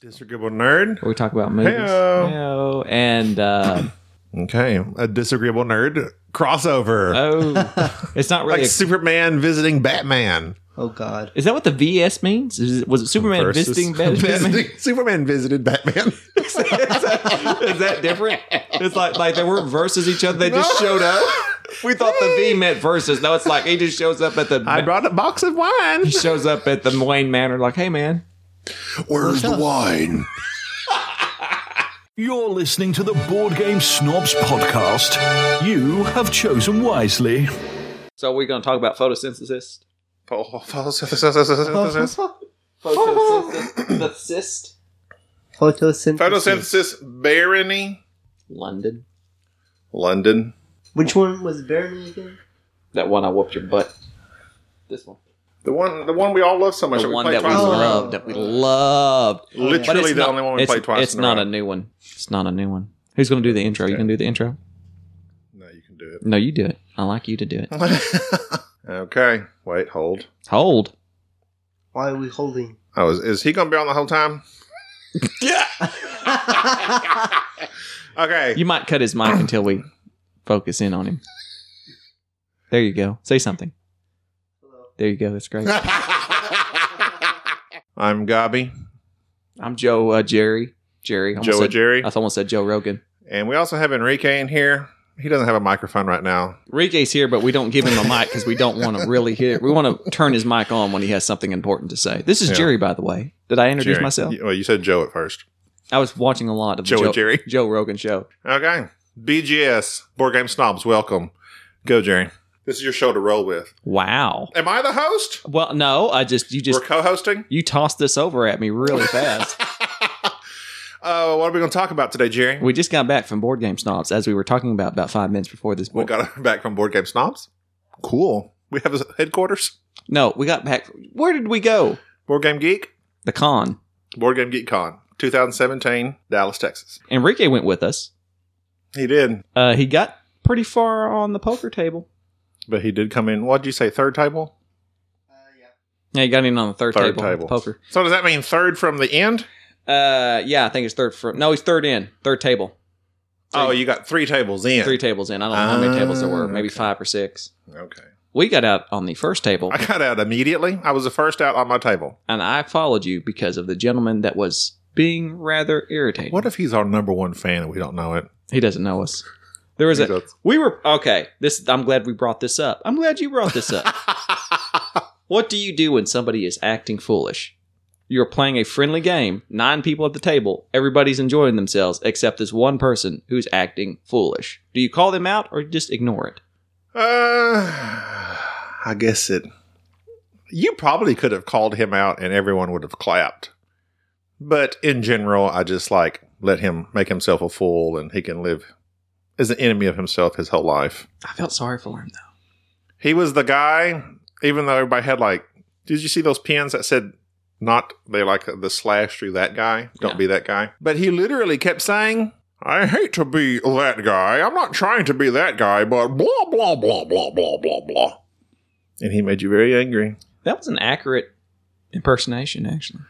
Disagreeable nerd. where we talk about movies. Heyo. Heyo. And uh, Okay, a disagreeable nerd crossover, oh, it's not really. like a- Superman visiting Batman. Oh God. is that what the VS means? Is, it- was it Superman versus- visiting Bat- Batman? visiting- Superman visited Batman. Is that different? It's like like they weren't versus each other. They just showed up. We thought the V meant versus. No, it's like he just shows up at the. I brought a box of wine. he shows up at the Wayne Manor like, hey man, Where's the wine? You're listening to the Board Game Snobs podcast. You have chosen wisely. so we're gonna talk about photosynthesis. Photosynthesis. Photosynthesis. the cyst. Photosynthesis. Photosynthesis. Barony. London. London. Which one was Barony again? That one I whooped your butt. This one. The one, the one we all love so much. The we one play that we twice Oh, in a row. loved. That we loved. But Literally it's the not- only one we it's- played twice. It's in not a, a row. new one. It's not a new one. Who's gonna do the intro? You can do the intro. No, you can do No, you do it. I like you to do it. it. okay. Wait. Hold. Hold. Why are we holding? Oh, is, is he gonna be on the whole time? Yeah. Okay. You might cut his mic until we focus in on him. There you go. Say something. There you go. That's great. I'm Gobby, I'm Joe uh, Jerry. Jerry. I almost Joe said, and Jerry, I almost said Joe Rogan. and we also have Enrique in here. He doesn't have a microphone right now. Enrique's here, but we don't give him a mic because we don't want to really hear. We want to turn his mic on when he has something important to say. This is Yeah. Jerry, by the way. Did I introduce Jerry. myself? You- Well, you said Joe at first. I was watching a lot of the Joe and Jerry. Joe Rogan show. Okay. BGS Board Game Snobs, welcome. Go, Jerry. This is your show to roll with. Wow. Am I the host? Well, no, I just you just We're co-hosting. you tossed this over at me really fast. Uh, what are we going to talk about today, Jerry? we just got back from board game snobs, as we were talking about about five minutes before this. We Board- got back from Board Game Snobs. Cool. We have a headquarters. no, we got back. Where did we go? Board Game Geek, The con. Board Game Geek Con, 2017, Dallas, Texas. Enrique went with us. He did, Uh, he got pretty far on the poker table. but he did come in. What'd you say? Third table. Yeah, he got in on the third, Third table, table. poker. So does that mean third from the end? Uh, yeah, I think it's third. For, no, he's third in, third table, Three. Oh, you got three tables in. three tables in. I don't know how many Ah, tables there were, maybe okay. five or six. Okay. We got out on the first table, I got out immediately. I was the first out on my table. and I followed you because of the gentleman that was being rather irritating. What if he's our number one fan and we don't know it? He doesn't know us. There was He a. does. We were okay. This I'm glad we brought this up. I'm glad you brought this up. what do you do when somebody is acting foolish? You're playing a friendly game, nine people at the table, everybody's enjoying themselves except this one person who's acting foolish. Do you call them out or just ignore it? Uh, I guess it. You probably could have called him out and everyone would have clapped. But in general, I just like let him make himself a fool and he can live as an enemy of himself his whole life. I felt sorry for him though. He was the guy, even though everybody had like, did you see those pins that said not, they like the slash through that guy? Don't Yeah. be that guy. But he literally kept saying, I hate to be that guy. I'm not trying to be that guy, but blah, blah, blah, blah, blah, blah, blah. And he made you very angry. That was an accurate impersonation, actually.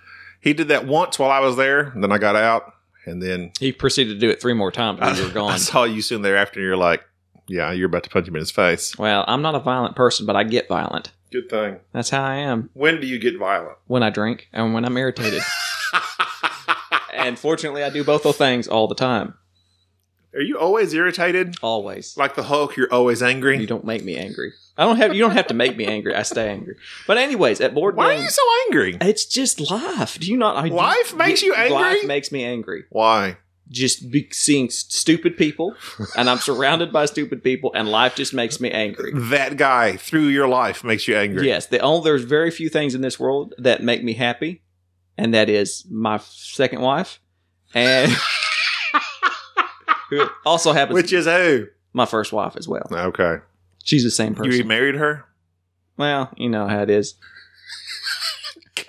He did that once while I was there, and then I got out, and then He proceeded to do it three more times when you were I gone. saw you soon thereafter, and you're like, yeah, you're about to punch him in his face. Well, I'm not a violent person, but I get violent. Good thing. That's how I am When do you get violent? when I drink and when I'm irritated. and fortunately, I do both those things all the time. Are you always irritated? Always. Like the Hulk, you're always angry. You don't make me angry. I don't have you don't have to make me angry. I stay angry. But anyways, at board Why are games, you so angry? it's just life. Do you not? I, Life makes you angry? Life makes me angry. Why? Just be, seeing s- stupid people, and I'm surrounded by stupid people, and life just makes me angry. That guy through your life makes you angry. Yes, the only there's very few things in this world that make me happy, and that is my second wife, and who also happens Which is who? my first wife as well. Okay. She's the same person. You married her? well, you know how it is.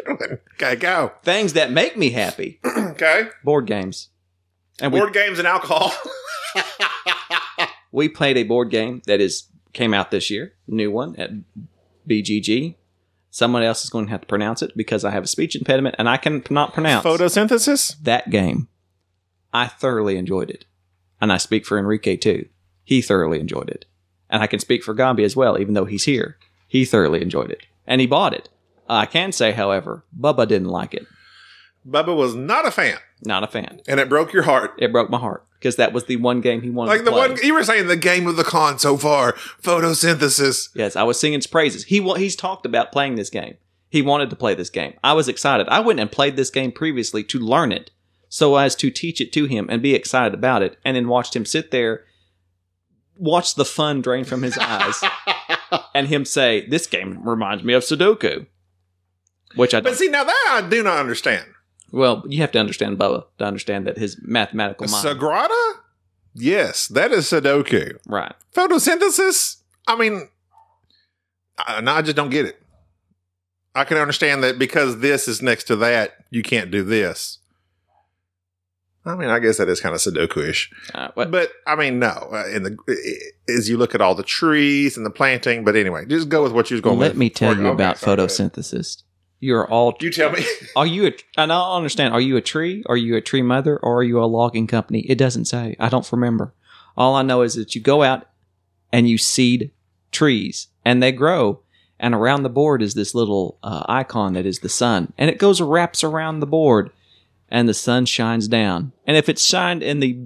okay, go. Things that make me happy. Okay. board games. And we, Board games and alcohol. we played a board game that is came out this year, new one at BGG. Someone else is going to have to pronounce it because I have a speech impediment and I cannot pronounce Photosynthesis? that game. I thoroughly enjoyed it. And I speak for Enrique too. He thoroughly enjoyed it. And I can speak for Gambi as well, even though he's here. He thoroughly enjoyed it. And he bought it. I can say, however, Bubba didn't like it. Bubba was not a fan, Not a fan. and it broke your heart. It broke my heart because that was the one game he wanted Like to the play. one you were saying, the game of the con so far, photosynthesis. Yes, I was singing his praises. He wa- he's talked about playing this game. He wanted to play this game. I was excited. I went and played this game previously to learn it, so as to teach it to him and be excited about it, and then watched him sit there, watch the fun drain from his eyes, and him say, "This game reminds me of Sudoku," which I But don't. see, now that I do not understand. well, you have to understand Bubba to understand that his mathematical mind, Sagrada? Yes, that is Sudoku. right? Photosynthesis? I mean, I, no, I just don't get it. I can understand that because this is next to that, you can't do this. I mean, I guess that is kind of Sudoku ish. Uh, what- But I mean, no. Uh, in the i- i- as you look at all the trees and the planting, but anyway, just go with what you was going. let with. me tell Or- you okay, about sorry, go ahead. photosynthesis. You are all You tell me. Are you a, and I don't understand, are you a tree? Are you a tree mother? Or are you a logging company? It doesn't say. I don't remember. All I know is that you go out and you seed trees and they grow. And around the board is this little uh, icon that is the sun. And it goes, wraps around the board and the sun shines down. And if it's shined in the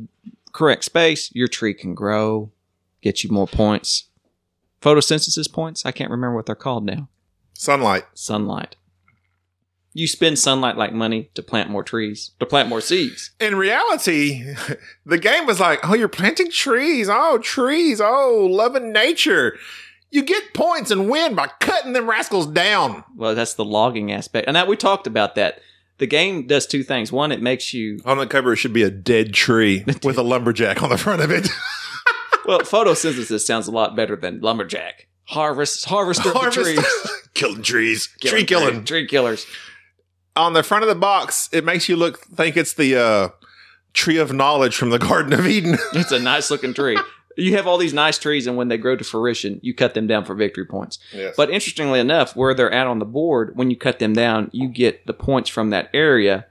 correct space, your tree can grow, get you more points. Photosynthesis points? I can't remember what they're called now Sunlight. sunlight. You spend sunlight like money to plant more trees, to plant more seeds. In reality, the game was like, "Oh, you're planting trees. Oh, trees. Oh, loving nature." You get points and win by cutting them rascals down. Well, that's the logging aspect. And that we talked about that. The game does two things. One, it makes you On the cover, it should be a dead tree with a lumberjack on the front of it. well, photosynthesis sounds a lot better than lumberjack. Harvest harvester of the Harvest- trees. killing trees, Killing tree killing. trees, Tree killers. On the front of the box, it makes you look think it's the uh, tree of knowledge from the Garden of Eden. It's a nice looking tree. You have all these nice trees, and when they grow to fruition, you cut them down for victory points. Yes. But interestingly enough, where they're at on the board, when you cut them down, you get the points from that area.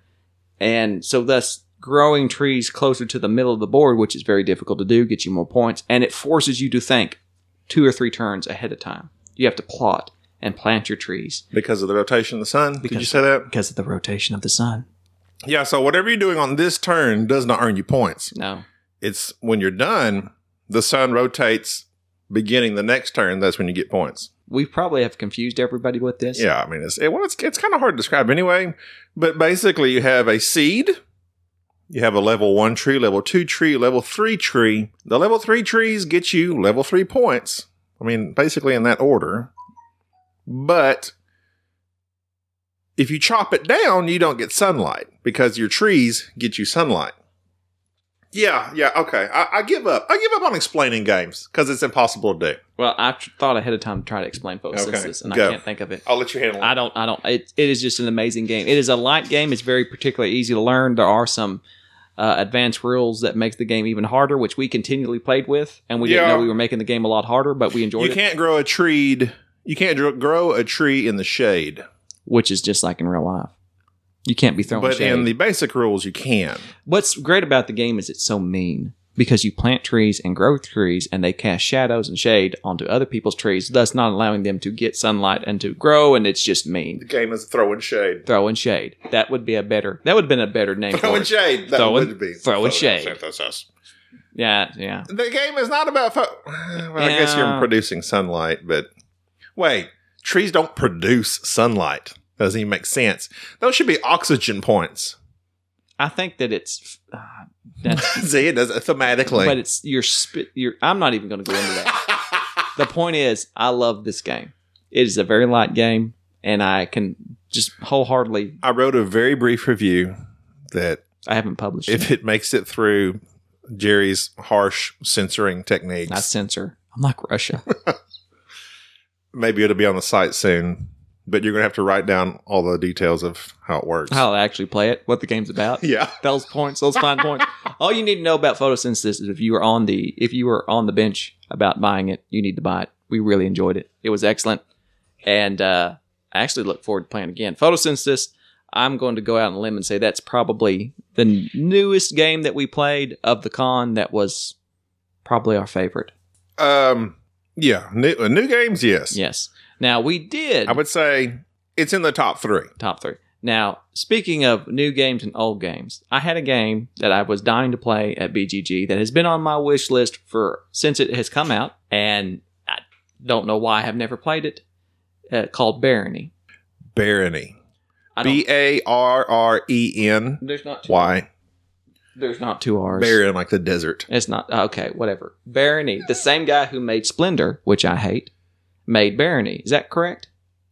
And so, thus, growing trees closer to the middle of the board, which is very difficult to do, gets you more points. And it forces you to think two or three turns ahead of time. You have to plot and plant your trees because of the rotation of the sun. Did Because- you say that? because of the rotation of the sun. Yeah. So whatever you're doing on this turn does not earn you points. No. It's when you're done, the sun rotates beginning the next turn. That's when you get points. We probably have confused everybody with this. Yeah. I mean, it's it, well, it's it's kind of hard to describe anyway. But basically, you have a seed. You have a level one tree, level two tree, level three tree. The level three trees get you level three points. I mean, basically in that order. But if you chop it down, you don't get sunlight because your trees get you sunlight. Yeah, yeah, okay. I, I give up. I give up on explaining games because it's impossible to do. Well, I tr- thought ahead of time to try to explain photosynthesis, and go. I can't think of it. I'll let you handle I don't. I don't. It, it is just an amazing game. It is a light game. It's very particularly easy to learn. There are some uh, advanced rules that makes the game even harder, which we continually played with, and we didn't Yeah. know we were making the game a lot harder, but we enjoyed You it. can't grow a tree. You can't dr- grow a tree in the shade, Which is just like in real life. You can't be thrown. but shade. in the basic rules, you can. What's great about the game is it's so mean because you plant trees and grow trees, and they cast shadows and shade onto other people's trees, thus not allowing them to get sunlight and to grow. And it's just mean. game is throwing shade. Throwing shade. That would be a better. That would have been a better name. for Throwing it. shade. That Throwing- would be throwing shade. photosynthesis. Yeah. Yeah. The game is not about. Pho- well, I guess you're Yeah. producing sunlight, but wait, trees don't produce sunlight. Doesn't even make sense. Those should be oxygen points. I think that it's, uh, that's, See, it does thematically. but it's your sp- your. I'm not even going to go into that. the point is, I love this game. It is a very light game, and I can just wholeheartedly. I wrote a very brief review that I haven't published it. if it makes it through Jerry's harsh censoring techniques, I censor. I'm like Russia. maybe it'll be on the site soon. But you're gonna have to write down all the details of how it works. How I actually play it, what the game's about, yeah. those points, those fine points. All you need to know about photosynthesis is if you were on the if you were on the bench about buying it, you need to buy it. We really enjoyed it. It was excellent, and uh, I actually look forward to playing again. Photosynthesis, I'm going to go out on a limb and say that's probably the newest game that we played of the con that was probably our favorite. Um, yeah, new, uh, new games, yes. Yes. Now, we did I would say it's in the top three. top three. Now, speaking of new games and old games, I had a game that I was dying to play at BGG that has been on my wish list for since it has come out, and I don't know why I have never played it. Uh, called Barony. Barony. I don't, B A R R E N. there's not two, Why? there's not two R's. Barren like the desert. It's not uh, okay. Whatever. Barony, the same guy who made Splendor, which I hate, made Barony. Is that correct?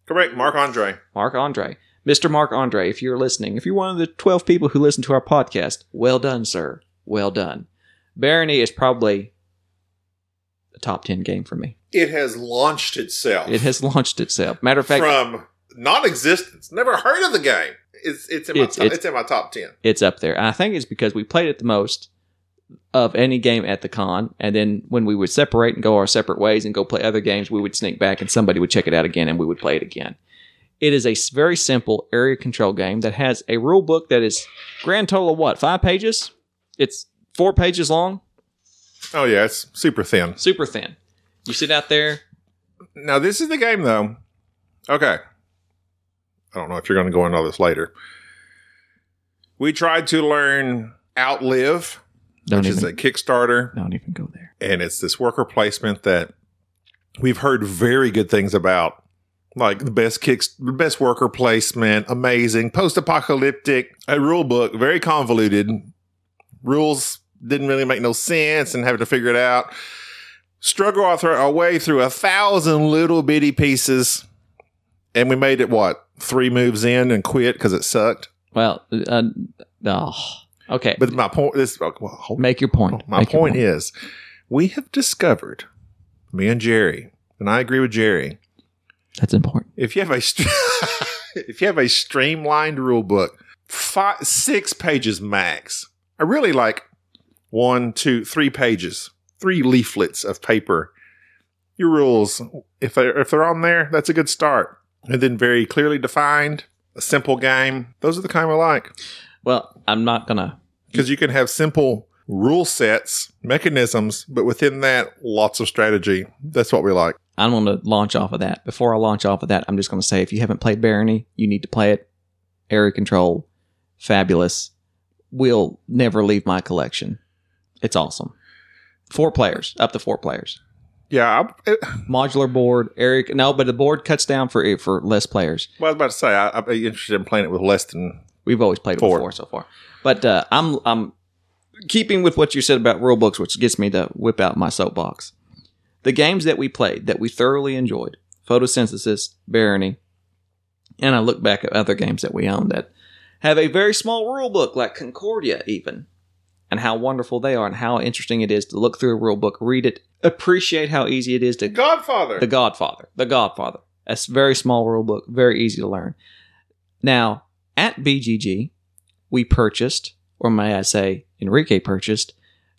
Correct, Mark Andre. Mark Andre. Mr. Mark Andre, if you're listening, if you're one of the 12 people who listen to our podcast, well done, sir. Well done. Barony is probably a top 10 game for me. It has launched itself. It has launched itself. Matter of fact, from non-existence. Never heard of the game. It's it's in my It's- top, it's- it's in my top ten. it's up there. And I think it's because we played it the most of any game at the con. And then when we would separate and go our separate ways and go play other games, we would sneak back and somebody would check it out again and we would play it again. It is a s- very simple area control game that has a rule book that is grand total of what, five pages? It's four pages long, Oh yeah, it's super thin. super thin. You sit out there. Now this is the game though. Okay. I don't know if you're going to go into all this later. We tried to learn Outlive, Don't which is a even, Kickstarter, don't even go there. and it's this worker placement that we've heard very good things about, like the best kicks, best worker placement, amazing, post-apocalyptic, a rule book, very convoluted, rules didn't really make no sense, and having to figure it out. Struggle our, thro- our way through a thousand little bitty pieces, and we made it what three moves in and quit because it sucked. Well, uh, oh, okay. But my point is, well, hold Make your point. my Make your point is, we have discovered, me and Jerry, and I agree with Jerry. that's important. If you have a str- if you have a streamlined rule book, five, six pages max. I really like one, two, three pages, three leaflets of paper. Your rules, if they're, if they're on there, that's a good start. And then very clearly defined, a simple game. Those are the kind I like Well, I'm not going to because you can have simple rule sets, mechanisms, but within that, lots of strategy. That's what we like. I'm going to launch off of that. Before I launch off of that, I'm just going to say if you haven't played Barony, you need to play it. Area Control, fabulous. Will never leave my collection. It's awesome. Four players, up to four players. Yeah, I, it, Modular board, area. No, but the board cuts down for for less players. well, I was about to say I, I'd be interested in playing it with less than. We've always played it Four. with four so far. But uh, I'm I'm keeping with what you said about rule books, which gets me to whip out my soapbox. The games that we played that we thoroughly enjoyed: photosynthesis, barony, and I look back at other games that we own that have a very small rule book, like Concordia, even, and how wonderful they are, and how interesting it is to look through a rule book, read it, appreciate how easy it is to Godfather. the Godfather. The Godfather. That's a very small rule book, very easy to learn. Now, at BGG, we purchased, or may I say, Enrique purchased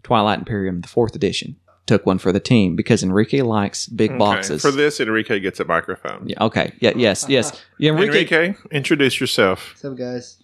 Twilight Imperium, the fourth edition. Took one for the team because Enrique likes big boxes. For this, Enrique gets a microphone. yeah, okay. Yeah. Yes. Yes. Yeah, Enrique. Enrique, introduce yourself. What's up, guys?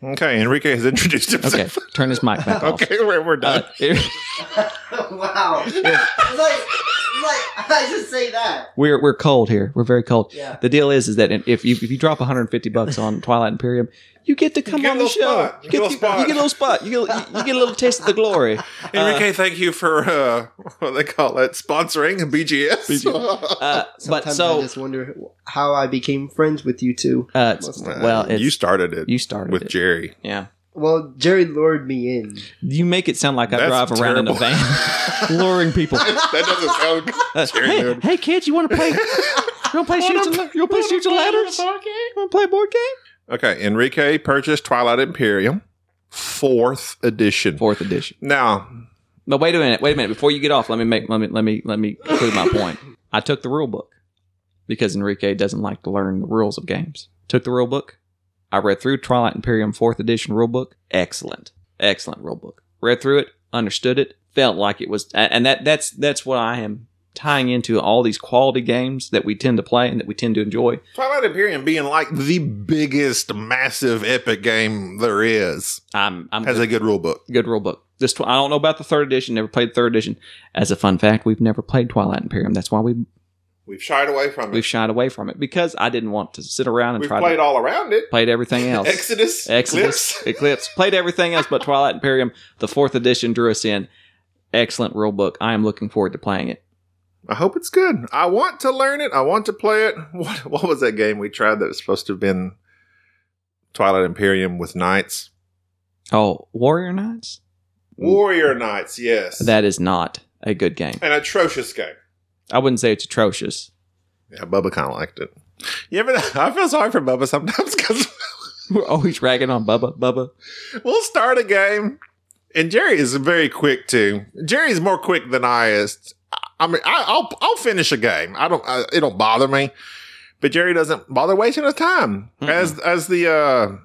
Okay, Enrique has introduced Okay. himself. Turn his mic back off. Okay, we're, we're done. Uh, it- wow. It's like, it's like, I just say that. we're we're cold here. We're very cold. Yeah. The deal is, is that if you if you drop 150 bucks on Twilight Imperium, you get to come get a on the little show. spot. You get a little spot. You get a little spot. You get, you get a little taste of the glory. Enrique, thank you for uh, what they call it sponsoring BGS. Uh, but Sometimes I so, just wonder how I became friends with you two. uh, Most of well, it's, you you, started it started with it. Jerry. yeah, Well, Jerry lured me in. you make it sound like I That's drive around in a terrible. van, luring people. that doesn't sound good. Uh, Jerry hey, lured. hey, kids, you want to play? You want to play shoots and you want to play shoots and ladders? You want to play a board game? Okay, Enrique purchased Twilight Imperium, fourth edition. Fourth edition. Now, But wait a minute, wait a minute. Before you get off, let me make let me let me let me conclude my point. I took the rule book because Enrique doesn't like to learn the rules of games. Took the rule book. I read through Twilight Imperium fourth edition rule book. Excellent, excellent rule book. Read through it, understood it, felt like it was, a- and that that's that's what I am tying into all these quality games that we tend to play and that we tend to enjoy. Twilight Imperium being like the biggest, massive, epic game there is I'm I'm has a good rule book. good rule book. This tw- I don't know about the third edition. Never played the third edition. As a fun fact, we've never played Twilight Imperium. That's why we We've shied away from we've shied away from it because I didn't want to sit around and We've try played to all around it. played everything else. Exodus, Exodus, Eclipse. Eclipse, played everything else but Twilight Imperium. The fourth edition drew us in. Excellent rule book. I am looking forward to playing it. I hope it's good. I want to learn it. I want to play it. What what was that game we tried that was supposed to have been Twilight Imperium with knights? Oh, Warrior Knights? Warrior Knights, yes. That is not a good game. An atrocious game. I wouldn't say it's atrocious. Yeah, Bubba kind of liked it. You ever? I feel sorry for Bubba sometimes because We're always ragging on Bubba. Bubba. we'll start a game, and Jerry is very quick too. Jerry's more quick than I is. I mean, I, I'll I'll finish a game. I don't. I, it don't bother me. But Jerry doesn't bother wasting his time. Mm-mm. As as the uh,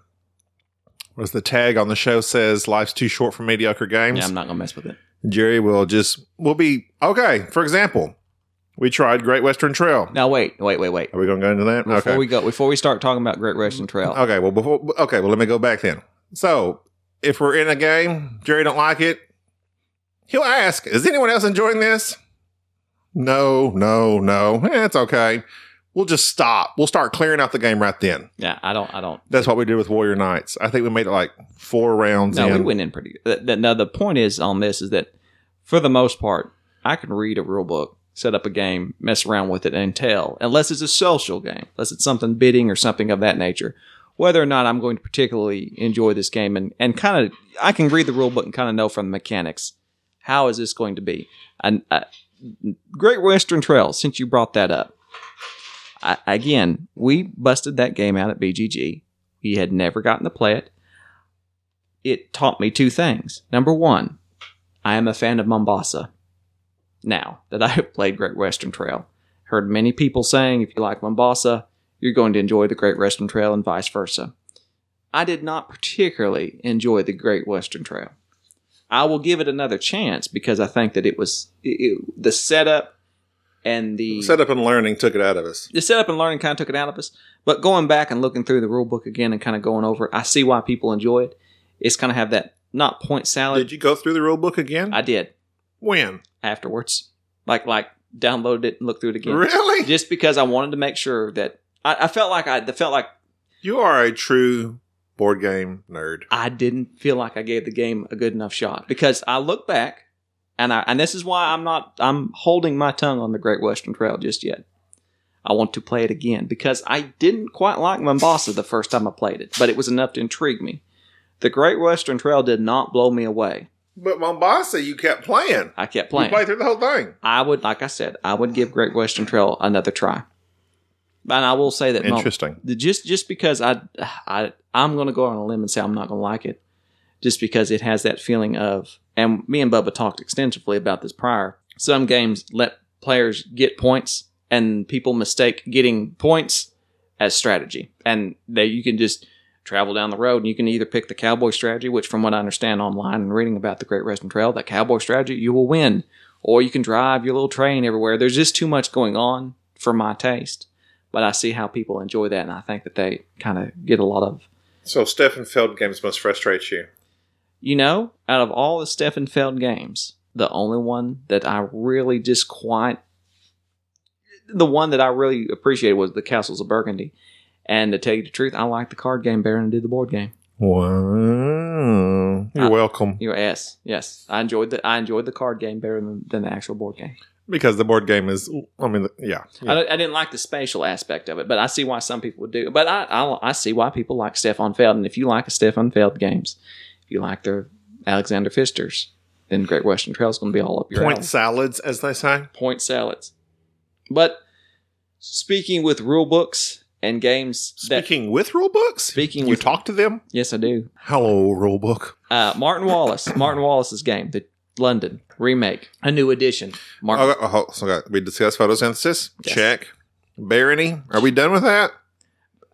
as the tag on the show says, life's too short for mediocre games. Yeah, I'm not gonna mess with it. Jerry will just will be okay. For example, we tried Great Western Trail. Now wait, wait, wait, wait. Are we going to go into that? Before okay. we go, before we start talking about Great Western Trail, Okay, well before okay, well let me go back then. So if we're in a game, Jerry don't like it, he'll ask, is anyone else enjoying this? No, no, no. Eh, it's okay. We'll just stop. We'll start clearing out the game right then. yeah, I don't, I don't. That's what we did with Warrior Knights. I think we made it like four rounds No, in. we went in pretty good. Th- th- Now, the point is on this is that for the most part, I can read a rule book, set up a game, mess around with it, and tell, unless it's a social game, unless it's something bidding or something of that nature, whether or not I'm going to particularly enjoy this game. And, and kind of, I can read the rule book and kind of know from the mechanics how is this going to be. And uh, Great Western Trail, since you brought that up, I, again, we busted that game out at BGG. We had never gotten to play it it taught me two things. Number one, I am a fan of Mombasa. Now that I have played Great Western Trail, heard many people saying if you like Mombasa, you're going to enjoy the Great Western Trail and vice versa. I did not particularly enjoy the Great Western Trail. I will give it another chance because I think that it was it, it- the setup and the Setup and learning took it out of us. the setup and learning kind of took it out of us. But going back and looking through the rule book again and kind of going over, it, I see why people enjoy it. It's kind of have that not point salad. Did you go through the rule book again? I did when? afterwards, like like downloaded it and looked through it again, Really? just because I wanted to make sure that I, I felt like I felt like You are a true board game nerd. I didn't feel like I gave the game a good enough shot because I look back and I and this is why I'm not I'm holding my tongue on the Great Western Trail just yet. I want to play it again because I didn't quite like Mombasa the first time I played it, but it was enough to intrigue me. The Great Western Trail did not blow me away. But Mombasa, you kept playing. I kept playing. You played through the whole thing. I would, like I said, I would give Great Western Trail another try. And I will say that Mom- Interesting. the- just just because I I I'm gonna go on a limb and say I'm not gonna like it, just because it has that feeling of and me and Bubba talked extensively about this prior. Some games let players get points and people mistake getting points as strategy, and that you can just travel down the road and you can either pick the cowboy strategy, which from what I understand online and reading about the Great Western Trail, that cowboy strategy you will win, or you can drive your little train everywhere. There's just too much going on for my taste but I see how people enjoy that, and I think that they kind of get a lot of, So Stefan Feld games must frustrate you. you know, out of all the Steffenfeld games, the only one that I really just quite, the one that I really appreciated was the Castles of Burgundy, and to tell you the truth, I like the card game better than I do the board game. Wow. You're Uh, welcome. You know, yes, yes, I enjoyed the I enjoyed the card game better than, than the actual board game. Because the board game is, I mean, yeah. I, don't- I didn't like the spatial aspect of it, but I see why some people do. But I, I, I see why people like Stefan Feld. And if you like a Stefan Feld games, if you like their Alexander Fisters, then Great Western Trail is going to be all up your Point alley. salads, as they say. Point salads. But speaking with rule books and games that. Speaking with rule books? Speaking You with- talk to them? Yes, I do. Hello, rule book. Uh, Martin Wallace. Martin Wallace's game, the London remake, a new edition. Martin, Okay, oh, so okay, we discussed photosynthesis. Yes. Check. Barony. Are we done with that?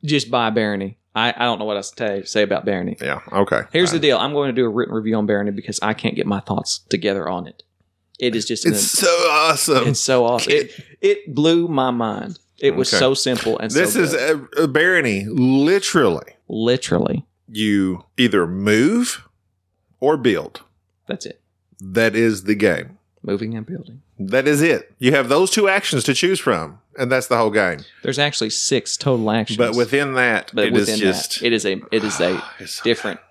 Just by Barony. I, I don't know what else to tell you, say about Barony. Yeah. Okay. Here's the deal. I'm going to do a written review on Barony because I can't get my thoughts together on it. It is just an, It's so awesome. it's so awesome. It it blew my mind. It was Okay. so simple and this so is good. a, a barony. Literally, literally you either move or build. that's it. That is the game. Moving and building. That is it. You have those two actions to choose from, and that's the whole game. There's actually six total actions, But within that, but it is within just that, it is a it is a It's- different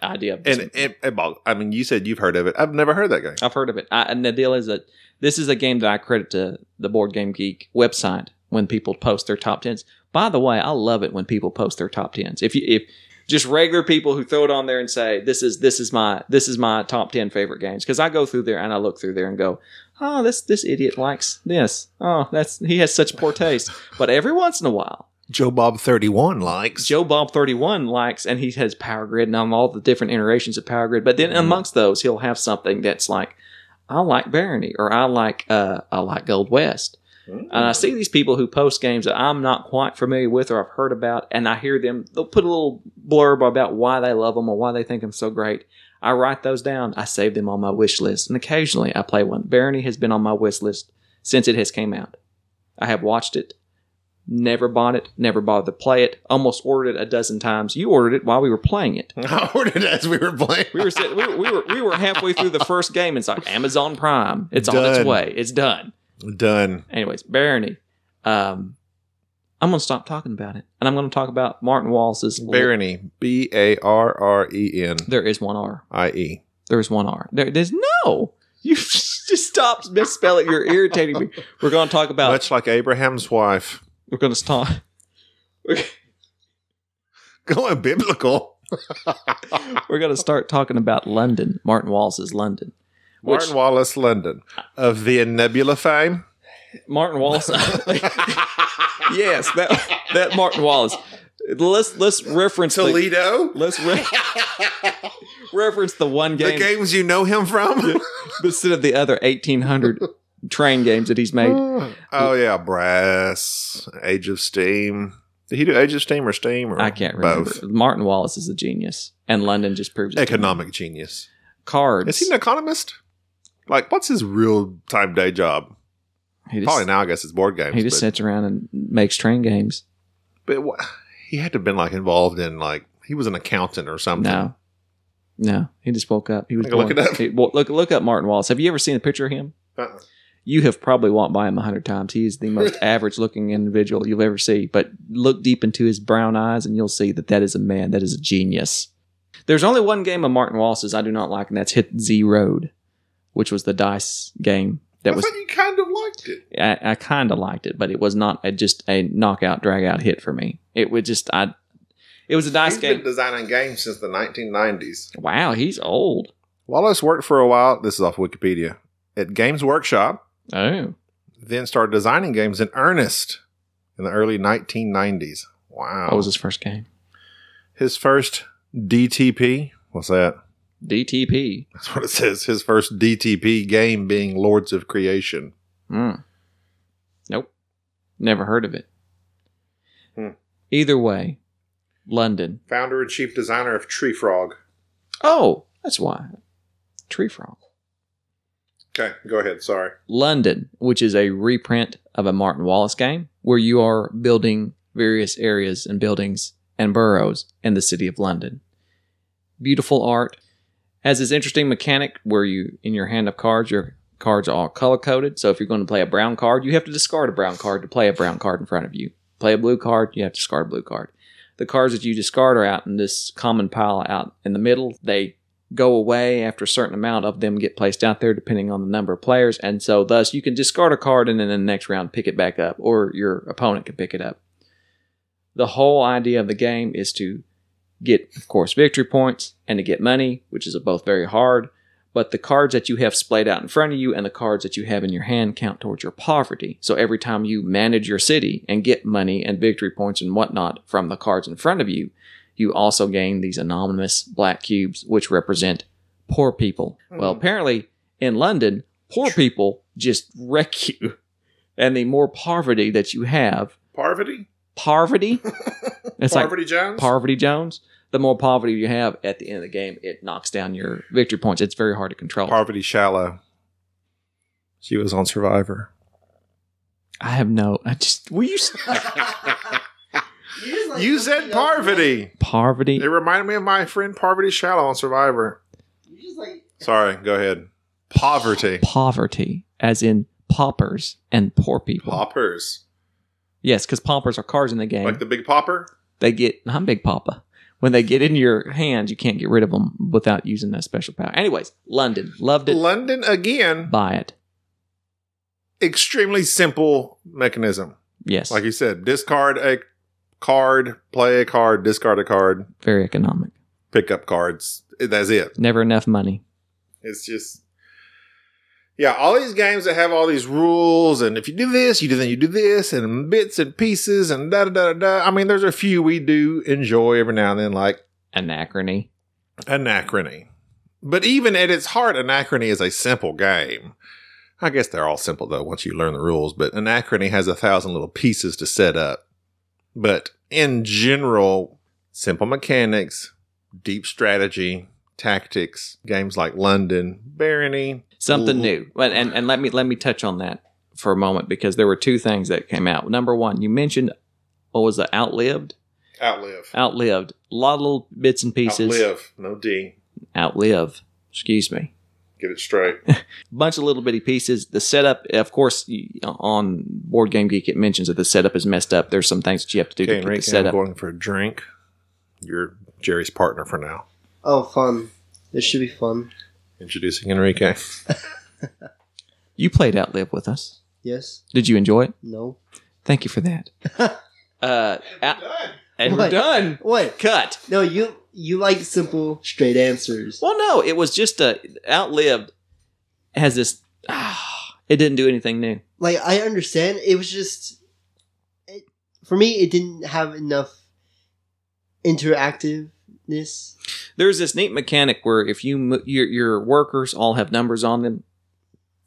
idea. Of And it, it bog- I mean, you said you've heard of it. I've never heard that game. I've heard of it. I, and the deal is that this is a game that I credit to the Board Game Geek website when people post their top tens. By the way, I love it when people post their top tens. If you if just regular people who throw it on there and say this is this is my this is my top ten favorite games because I go through there and I look through there and go, oh this this idiot likes this. Oh that's he has such poor taste. But every once in a while, Joe Bob Thirty One likes. Joe Bob 31 likes, and he has Power Grid and I'm all the different iterations of Power Grid. But then amongst those, he'll have something that's like, I like Barony or I like uh, I like Gold West. And I see these people who post games that I'm not quite familiar with or I've heard about, and I hear them. They'll put a little blurb about why they love them or why they think them so great. I write those down. I save them on my wish list, and occasionally I play one. Barony has been on my wish list since it has came out. I have watched it never bought it, never bothered to play it, almost ordered it a dozen times. You ordered it while we were playing it. I ordered it as we were playing. We were sitting, we, were, we were we were halfway through the first game. and It's like Amazon Prime. It's on its Done. way. It's done. Done. Anyways, Barony. Um, I'm gonna stop talking about it, and I'm gonna talk about Martin Wallace's Barony. B A R R E N There is one R. I E. There is one R. There, there's no. You just stop misspelling. You're irritating me. We're gonna talk about. Much like Abraham's wife. We're gonna stop. Going biblical. We're gonna start talking about London. Martin Wallace's London. Which- Martin Wallace London of the Nebula fame. Martin Wallace. yes, that that Martin Wallace. Let's let's reference the- Toledo. let's re- reference the one game, The games you know him from. instead of the other eighteen hundred train games that he's made. oh yeah, Brass, Age of Steam. Did he do Age of Steam or Steam or I can't remember. both? Martin Wallace is a genius, and London just proves it. Economic genius. Cards. Is he an economist? Like, what's his real time day job? he Probably just, now, I guess it's board games. he just but, sits around and makes train games. but wha- he had to have been like involved in like he was an accountant or something. No, no, he just woke up. He was I can look born- it up. he- well, look look up Martin Wallace. Have you ever seen a picture of him? Uh-uh. you have probably walked by him a hundred times. He is the most average looking individual you'll ever see. But look deep into his brown eyes, and you'll see that that is a man. That is a genius. There's only one game of Martin Wallace's I do not like, and that's Hit Z Road, which was the dice game that I was. thought you kind of liked it. I, I kind of liked it, but it was not a, just a knockout, drag out hit for me. It was just I. It was a dice He's game. been designing games since the 1990s. wow, he's old. Wallace worked for a while. This is off Wikipedia at Games Workshop. Oh, Then started designing games in earnest in the early 1990s. Wow. what was his first game? his first DTP. What's that? DTP. That's what it says. His first DTP game being Lords of Creation. Hmm. Nope. Never heard of it. Hmm. Either way, London. Founder and chief designer of Tree Frog. Oh, that's why. Tree frog. Okay, go ahead. Sorry. London, which is a reprint of a Martin Wallace game where you are building various areas and buildings and boroughs in the city of London. Beautiful art. Has this interesting mechanic where you, in your hand of cards, your cards are all color coded. So if you're going to play a brown card, you have to discard a brown card to play a brown card in front of you. Play a blue card, you have to discard a blue card. The cards that you discard are out in this common pile out in the middle. They go away after a certain amount of them get placed out there depending on the number of players and so thus you can discard a card and then in the next round pick it back up or your opponent can pick it up the whole idea of the game is to get of course victory points and to get money which is both very hard but the cards that you have splayed out in front of you and the cards that you have in your hand count towards your poverty so every time you manage your city and get money and victory points and whatnot from the cards in front of you you also gain these anonymous black cubes, which represent poor people. Well, apparently in London, poor people just wreck you. And the more poverty that you have, Parvati? poverty, it's like Parvati Jones? Poverty Jones, the more poverty you have at the end of the game, it knocks down your victory points. It's very hard to control. Parvati Shallow. She was on Survivor. I have no. I just will you s- You, just like You looked said me up, Parvati. poverty. It reminded me of my friend Parvati Shallow on Survivor. like- You just like Sorry, go ahead. Poverty. Poverty, as in paupers and poor people. Poppers. Yes, because paupers are cars in the game. Like the big popper? they get. I'm Big Papa. When they get in your hands, you can't get rid of them without using that special power. Anyways, London loved it. London again. Buy it. Extremely simple mechanism. Yes, Like you said, discard a card, play a card, discard a card, very economic. pick up cards. That's it. Never enough money. It's just yeah, all these games that have all these rules, and if you do this, you do then you do this, and bits and pieces, and da da da da. I mean, there's a few we do enjoy every now and then, like Anachrony. Anachrony. But even at its heart, Anachrony is a simple game. I guess they're all simple though once you learn the rules, but Anachrony has a thousand little pieces to set up. But in general, simple mechanics, deep strategy, tactics, games like London, Barony, something Ooh. new and, and and let me let me touch on that for a moment because there were two things that came out number one you mentioned what was it outlived Outlive. outlived a lot of little bits and pieces Outlive. No D. Outlive, excuse me Get it straight. bunch of little bitty pieces the setup of course you- on board game geek it mentions that the setup is messed up there's some things that you have to do okay, to get the Enrique, I'm setup going for a drink. You're Jerry's partner for now. oh fun. This should be fun. Introducing Enrique. you played outlive with us Yes. did you enjoy it No. thank you for that uh out- and we're What? done Wait. cut No, you you like simple, straight answers. Well, no, it was just a outlived has this. it didn't do anything new. Like I understand. It was just it, for me. It didn't have enough interactiveness. There's this neat mechanic where if you mo- your your workers all have numbers on them,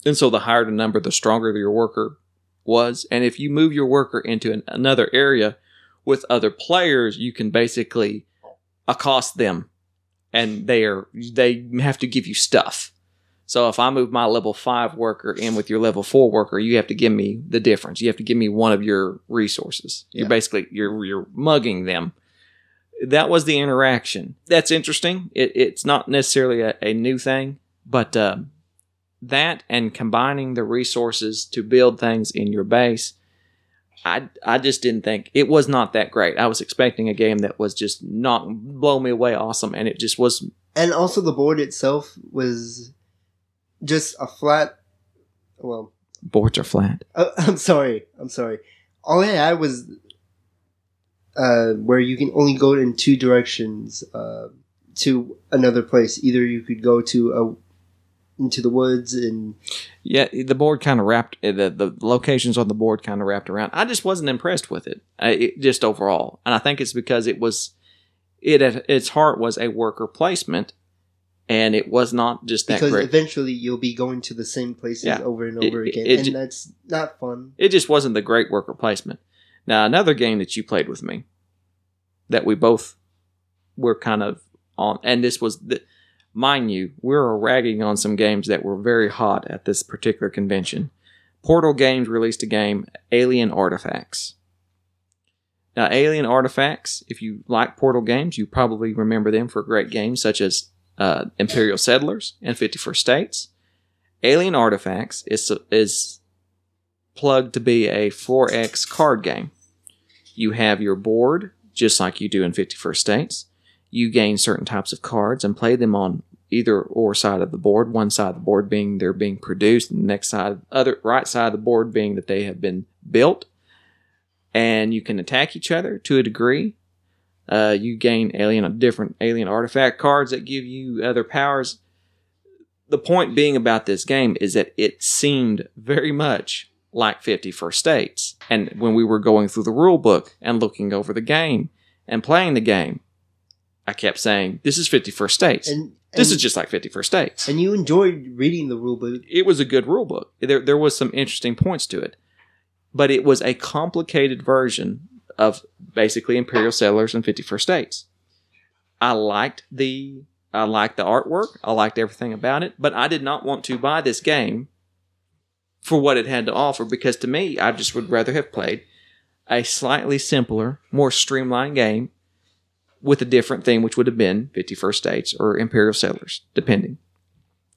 and so the higher the number, the stronger your worker was, and if you move your worker into an, another area with other players, you can basically accost them, and they are they have to give you stuff. So if I move my level five worker in with your level four worker, you have to give me the difference. You have to give me one of your resources. You're Yeah. basically you're you're mugging them. That was the interaction. That's interesting. It, it's not necessarily a, a new thing, but uh, that and combining the resources to build things in your base, I I just didn't think it was not that great. I was expecting a game that was just not blow me away awesome, and it just was and also the board itself was just a flat. Well, boards are flat. uh, I'm sorry, I'm sorry. All I had was uh, where you can only go in two directions uh, to another place. Either you could go to a into the woods and Yeah, the board kind of wrapped uh, the the locations on the board kind of wrapped around. I just wasn't impressed with it, I, it just overall, and I think it's because it was it at its heart was a worker placement, and it was not just that because great. eventually you'll be going to the same places Yeah. over and It- over it- again, it and ju- that's not fun. It just wasn't the great worker placement. Now, another game that you played with me that we both were kind of on, and this was, the, mind you, we were ragging on some games that were very hot at this particular convention. Portal Games released a game, Alien Artifacts. Now, Alien Artifacts, if you like Portal games, you probably remember them for great games such as uh, Imperial Settlers and 51st States. Alien Artifacts is, is plugged to be a 4X card game. You have your board, just like you do in 51st States. You gain certain types of cards and play them on either or side of the board, one side of the board being they're being produced, and the next side, other right side of the board being that they have been built. And you can attack each other to a degree. Uh, you gain alien different alien artifact cards that give you other powers. The point being about this game is that it seemed very much like 51st States. And when we were going through the rule book and looking over the game and playing the game, I kept saying, This is 51st States. And, and this is just like 51st States. and you enjoyed reading the rule book. it was a good rule book. There, there was some interesting points to it, but it was a complicated version of basically Imperial Settlers and 51st States. I liked the I liked the artwork. I liked everything about it, but I did not want to buy this game for what it had to offer because to me, I just would rather have played a slightly simpler, more streamlined game with a different theme, which would have been 51st States or Imperial Settlers, depending.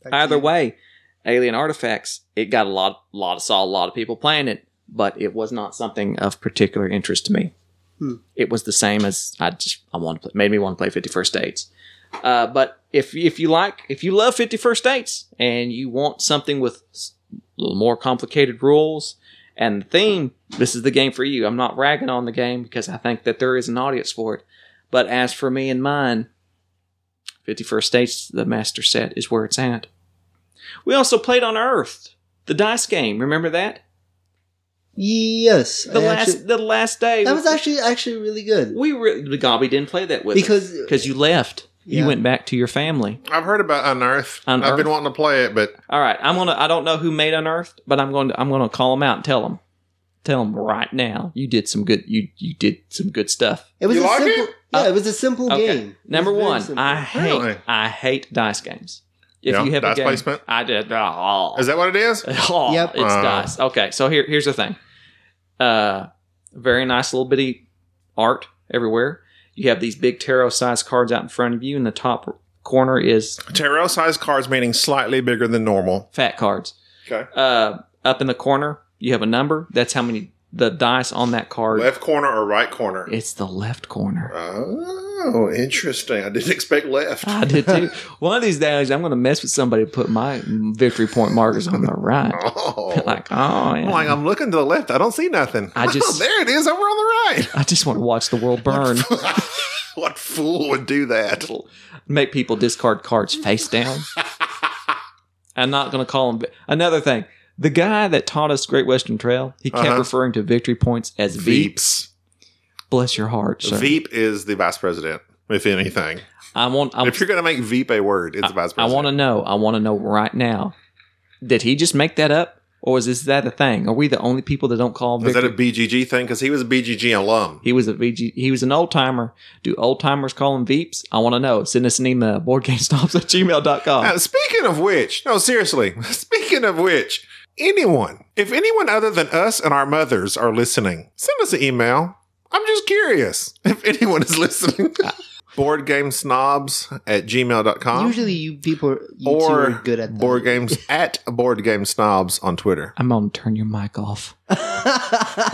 Like, Either you- way, Alien Artifacts, it got a lot, lot of saw a lot of people playing it, but it was not something of particular interest to me. Hmm. It was the same as I just I wanted to play, made me want to play Fifty First Dates. Uh, but if if you like if you love Fifty First Dates and you want something with s- a little more complicated rules and the theme, this is the game for you. I'm not ragging on the game because I think that there is an audience for it. But as for me and mine, Fifty First Dates, the master set, is where it's at. We also played on Earth, the dice game. Remember that? Yes, The I last, actually- the last day. that was actually actually really good we really Gobby didn't play that with because because you left. You Yeah. went back to your family. I've heard about Unearth. I've Unearthed? been wanting to play it, but All right, I'm gonna. I don't know who made Unearthed, but I'm going to. I'm going to call them out and tell them. Tell them right now. You did some good. You you did some good stuff. it was You a like simple. it? Yeah, Uh, it was a simple okay. game. It was Number very one, simple. I hate Really? I hate dice games. If Yeah, you have dice a game, placement? I did. Oh, is that what it is? Oh, Yep. it's Uh. dice. Okay, so here, here's the thing. Uh, very nice little bitty art everywhere. You have these big tarot sized cards out in front of you, and the top corner is Tarot sized cards meaning slightly bigger than normal. fat cards. Okay. Uh, up in the corner, you have a number. That's how many the dice on that card. Left corner or right corner? It's the left corner. Oh, interesting. I didn't expect left. I did too. One of these days, I'm going to mess with somebody to put my victory point markers on the right. Oh. Like, oh, yeah. I'm like, I'm looking to the left. I don't see nothing. I just- Oh, there it is over on the right. I just want to watch the world burn. what fool would do that? make people discard cards face down. I'm not going to call him. Another thing, the guy that taught us Great Western Trail, he kept Uh-huh. referring to victory points as Veep. Veeps. Bless your heart, sir. Veep is the vice president, if anything. I want. I, if you're going to make Veep a word, it's vice I president. want to know. I want to know right now. Did he just make that up, or is this that a thing? Are we the only people that don't call? Is Victory? that a BGG thing? Because he was a BGG alum. he was a VG. He was an old timer. Do old timers call him Veeps? I want to know. Send us an email. Boardgamestops at gmail.com. Now, speaking of which, no, seriously, speaking of which, anyone, if anyone other than us and our mothers are listening, send us an email. I'm just curious if anyone is listening. Uh, Boardgamesnobs at gmail.com Usually, you people you two or are good at that. board games at board game snobs on Twitter. I'm gonna turn your mic off.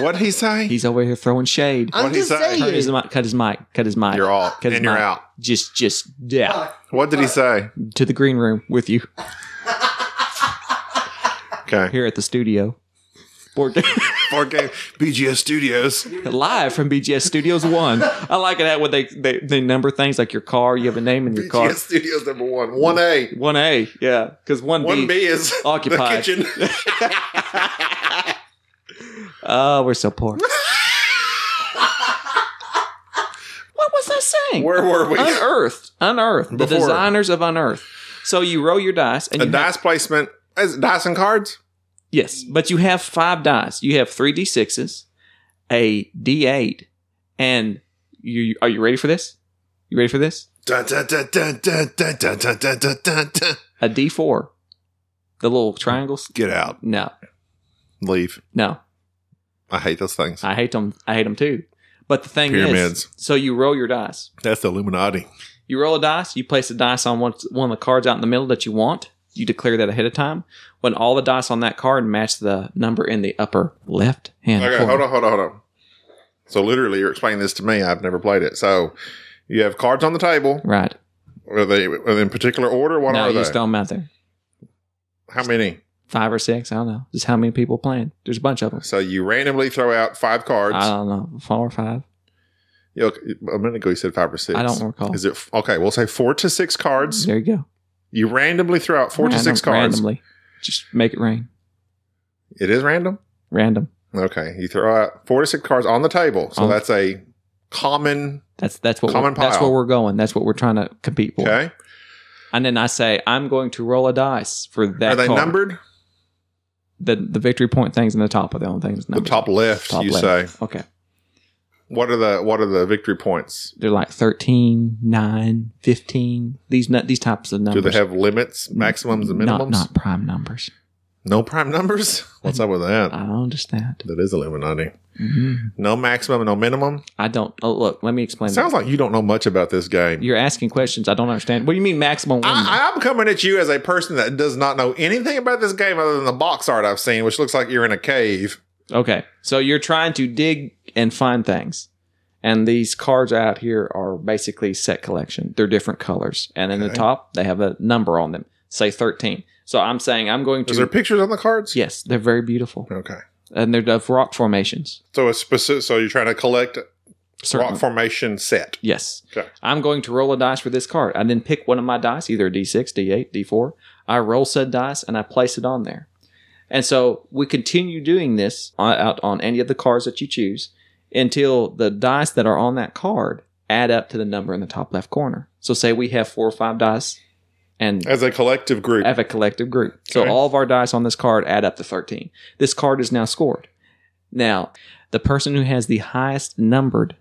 What he say? He's over here throwing shade. I'm What'd he just say? Cut his saying. mic. Cut his mic. Cut his mic. you're all Cut his and you're mic. out. Just, just yeah, What did he say? to the green room with you Okay, here at the studio. Board game. board game BGS Studios. Live from BGS Studios One. I like it that when they, they they number things like your car. You have a name in your car. BGS Studios number one, one A, One A, yeah, because one, one B B. is Occupied. the kitchen. Oh, we're so poor. what was I saying? Where were we? Oh, unearthed, unearthed. The Before. designers of unearthed. So you roll your dice and the you have- dice placement is it dice and cards. Yes, but you have five dice. You have three d6s, a d8, and you. Are you ready for this? You ready for this? Dun, dun, dun, dun, dun, dun, dun, dun, dun, dun, dun, dun. A d4, the little triangles. Get out, No, leave. no, I hate those things. I hate them. I hate them too. But the thing Pyramids. is, so you roll your dice. That's the Illuminati. You roll a dice. You place the dice on one, one of the cards out in the middle that you want. You declare that ahead of time. When all the dice on that card match the number in the upper left hand Okay, corner. hold on, hold on, hold on. So literally, you're explaining this to me. I've never played it. So you have cards on the table. Right. Are they are they in particular order? What now are you they? just throw them out there. How many? five or six. I don't know. Just how many people playing? There's a bunch of them. So you randomly throw out five cards. I don't know. Four or five. You- a minute ago, you said five or six. I don't recall. Is it okay? We'll say four to six cards. There you go. You randomly throw out four to six Random- cards. Randomly. Just make it rain. It is random. Random. Okay, you throw out four to six cards on the table. So On- that's a common. That's that's what Common we're, that's pile. where we're going. That's what we're trying to compete for. Okay, And then I say I'm going to roll a dice for that. are they card. numbered? The the victory point things in the top are the only things. The Numbered. top left. Top you left. say Okay. what are the what are the victory points? They're like 13, 9, 15. These nu- these types of numbers. Do they have limits, maximums, and minimums? Not, not prime numbers. No prime numbers? What's up with that? I don't understand. That is Illuminati. Mhm. No maximum, no minimum. I don't. Oh, look, let me explain. Sounds like you don't know much about this game. You're asking questions I don't understand. What do you mean maximum? one? I, I'm coming at you as a person that does not know anything about this game other than the box art I've seen, which looks like you're in a cave. Okay. So you're trying to dig and find things. And these cards out here are basically set collection. They're different colors. And in the Okay. top, they have a number on them, say 13. So I'm saying I'm going to. Is there pictures on the cards? yes, they're very beautiful. Okay. And they're of rock formations. So it's specific. So you're trying to collect Certain- rock formation set. Yes. Okay. I'm going to roll a dice for this card. I then pick one of my dice, either a D6, D8, D4. I roll said dice and I place it on there. And so we continue doing this on- out on any of the cards that you choose until the dice that are on that card add up to the number in the top left corner. So say we have four or five dice and As a collective group. have a collective group. So Okay. all of our dice on this card add up to 13. This card is now scored. Now, the person who has the highest numbered,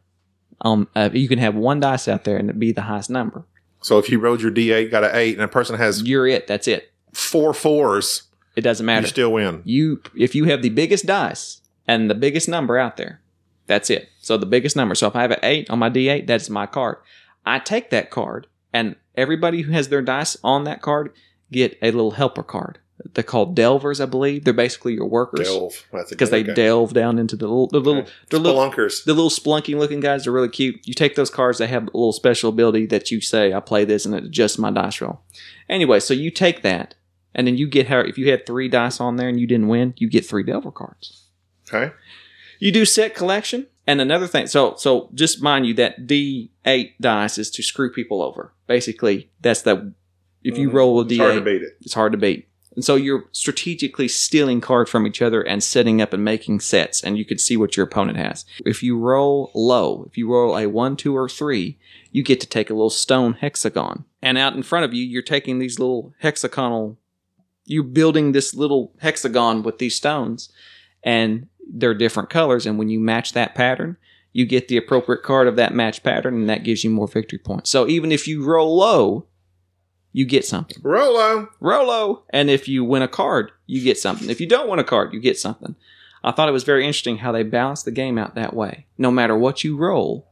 um, uh, you can have one dice out there and it be the highest number. So if you rolled your D8, got an 8, and a person has You're it. That's it. four fours, It doesn't you matter. still win. you, if you have the biggest dice and the biggest number out there, that's it. So the biggest number. So if I have an eight on my D8, that's my card. I take that card, and everybody who has their dice on that card get a little helper card. They're called delvers, I believe. They're basically your workers. Delve. That's a because they okay. delve down into the little, the little, Okay. the little, Spelunkers. the little splunking looking guys are really cute. You take those cards; they have a little special ability that you say, "I play this," and it adjusts my dice roll. Anyway, so you take that, and then you get how if you had three dice on there and you didn't win, you get three delver cards. Okay. You do set collection, and another thing. So, so just mind you that D eight dice is to screw people over. Basically, that's the if you Mhm. roll a It's D hard to eight, beat it. it's hard to beat. And so you're strategically stealing cards from each other and setting up and making sets, and you can see what your opponent has. If you roll low, if you roll a one, two, or three, you get to take a little stone hexagon. And out in front of you, you're taking these little hexagonal, you're building this little hexagon with these stones, and they're different colors. And when you match that pattern, you get the appropriate card of that match pattern, and that gives you more victory points. So even if you roll low, you get something. Rolo. Rolo. And if you win a card, you get something. If you don't win a card, you get something. I thought it was very interesting how they balance the game out that way. No matter what you roll,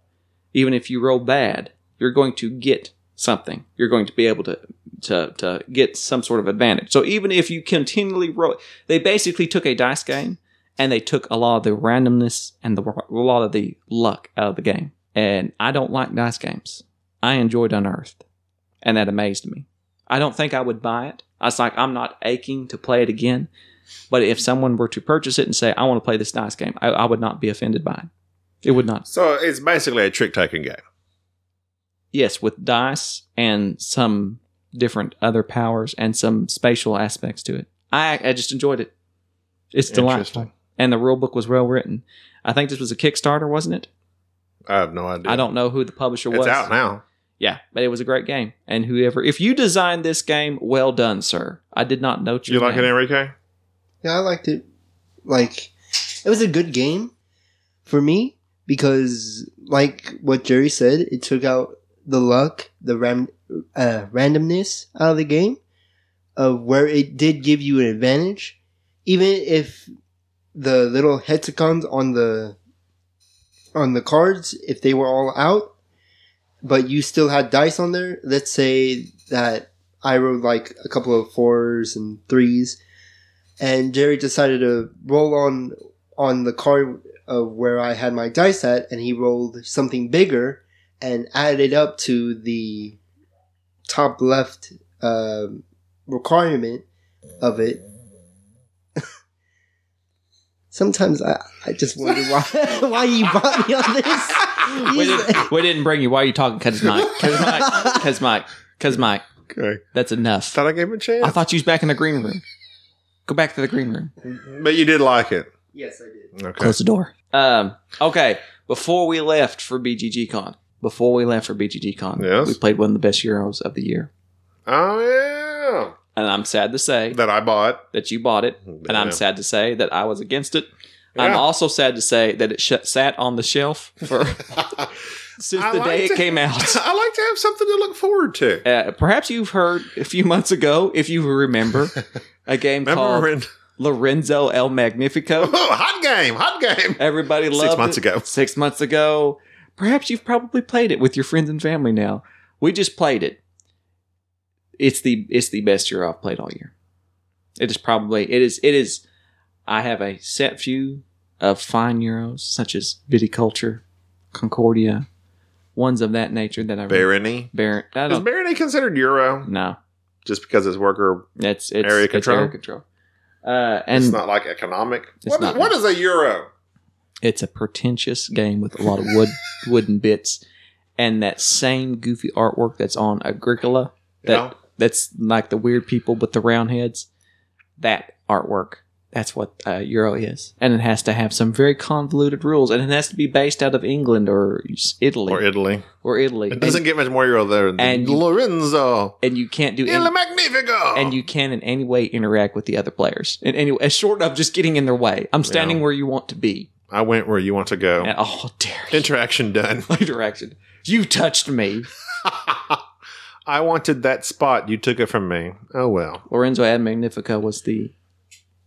even if you roll bad, you're going to get something. You're going to be able to to, to get some sort of advantage. So even if you continually roll, they basically took a dice game and they took a lot of the randomness and the a lot of the luck out of the game. And I don't like dice games. I enjoyed Unearthed, and that amazed me. I don't think I would buy it. I was like, I'm not aching to play it again. But if someone were to purchase it and say, I want to play this dice game, I, I would not be offended by it. It would not. So it's basically a trick taking game. Yes, with dice and some different other powers and some spatial aspects to it. I, I just enjoyed it. It's delightful. Interesting. And the rule book was well written. I think this was a Kickstarter, wasn't it? I have no idea. I don't know who the publisher It's was. out now. Yeah, but it was a great game. And whoever, if you designed this game, well done, sir. I did not note Do your you like name. it, Enrique? Yeah, I liked it. Like, it was a good game for me because, like what Jerry said, it took out the luck, the ram- uh, randomness out of the game, of where it did give you an advantage, even if the little hexagons on the on the cards, if they were all out, but you still had dice on there. Let's say that I rolled like a couple of fours and threes and Jerry decided to roll on on the card of where I had my dice at, and he rolled something bigger and added it up to the top left um requirement of it. Sometimes I, I just wonder why why you bought me on this. we, He's- didn't, we didn't bring you. Why are you talking? Cause Mike. Cause Mike. Cause Mike. Cause Mike. Okay. That's enough. Thought I gave him a chance. I thought you was back in the green room. Go back to the green room. but you did like it. yes, I did. Okay. the door. Um. Okay. Before we left for BGG Con. Before we left for BGG Con. Yes. We played one of the best Euros of the year. Oh, And I'm sad to yeah. say That I bought. that you bought it. And Yeah. I'm sad to say that I was against it. I'm Yeah. also sad to say that it sh- sat on the shelf for since I the like day it to- came out. I like to have something to look forward to. Uh, perhaps you've heard a few months ago, if you remember, a game Remember called when? Lorenzo El Magnifico. Oh, hot game, hot game. Everybody Six loved months it. ago. Six months ago. Perhaps you've probably played it with your friends and family now. We just played it. It's the it's the best year I've played all year. It is probably it is it is I have a set few of fine euros such as Viticulture, Concordia, ones of that nature that I Barony. Baron I Is don't Barony considered Euro no. just because it's worker? It's it's Area it's control? area control. Uh, and it's not like economic. It's What is, not. what is a Euro? It's a pretentious game with a lot of wood wooden bits and that same goofy artwork that's on Agricola. You know? That that's like the weird people with the round heads. That artwork. That's what uh, Euro is, and it has to have some very convoluted rules, and it has to be based out of England or Italy or or, Italy. Italy. It doesn't and, get much more Euro there than and you- Lorenzo. and you can't do Il any, Magnifico. and you can in any way interact with the other players. And anyway, as short of just getting in their way, I'm standing Yeah. where you want to be. I went where you want to go. And, oh, dare you. Interaction done. interaction. You touched me. I wanted that spot. You took it from me. Oh well. Lorenzo Ad Magnifico was the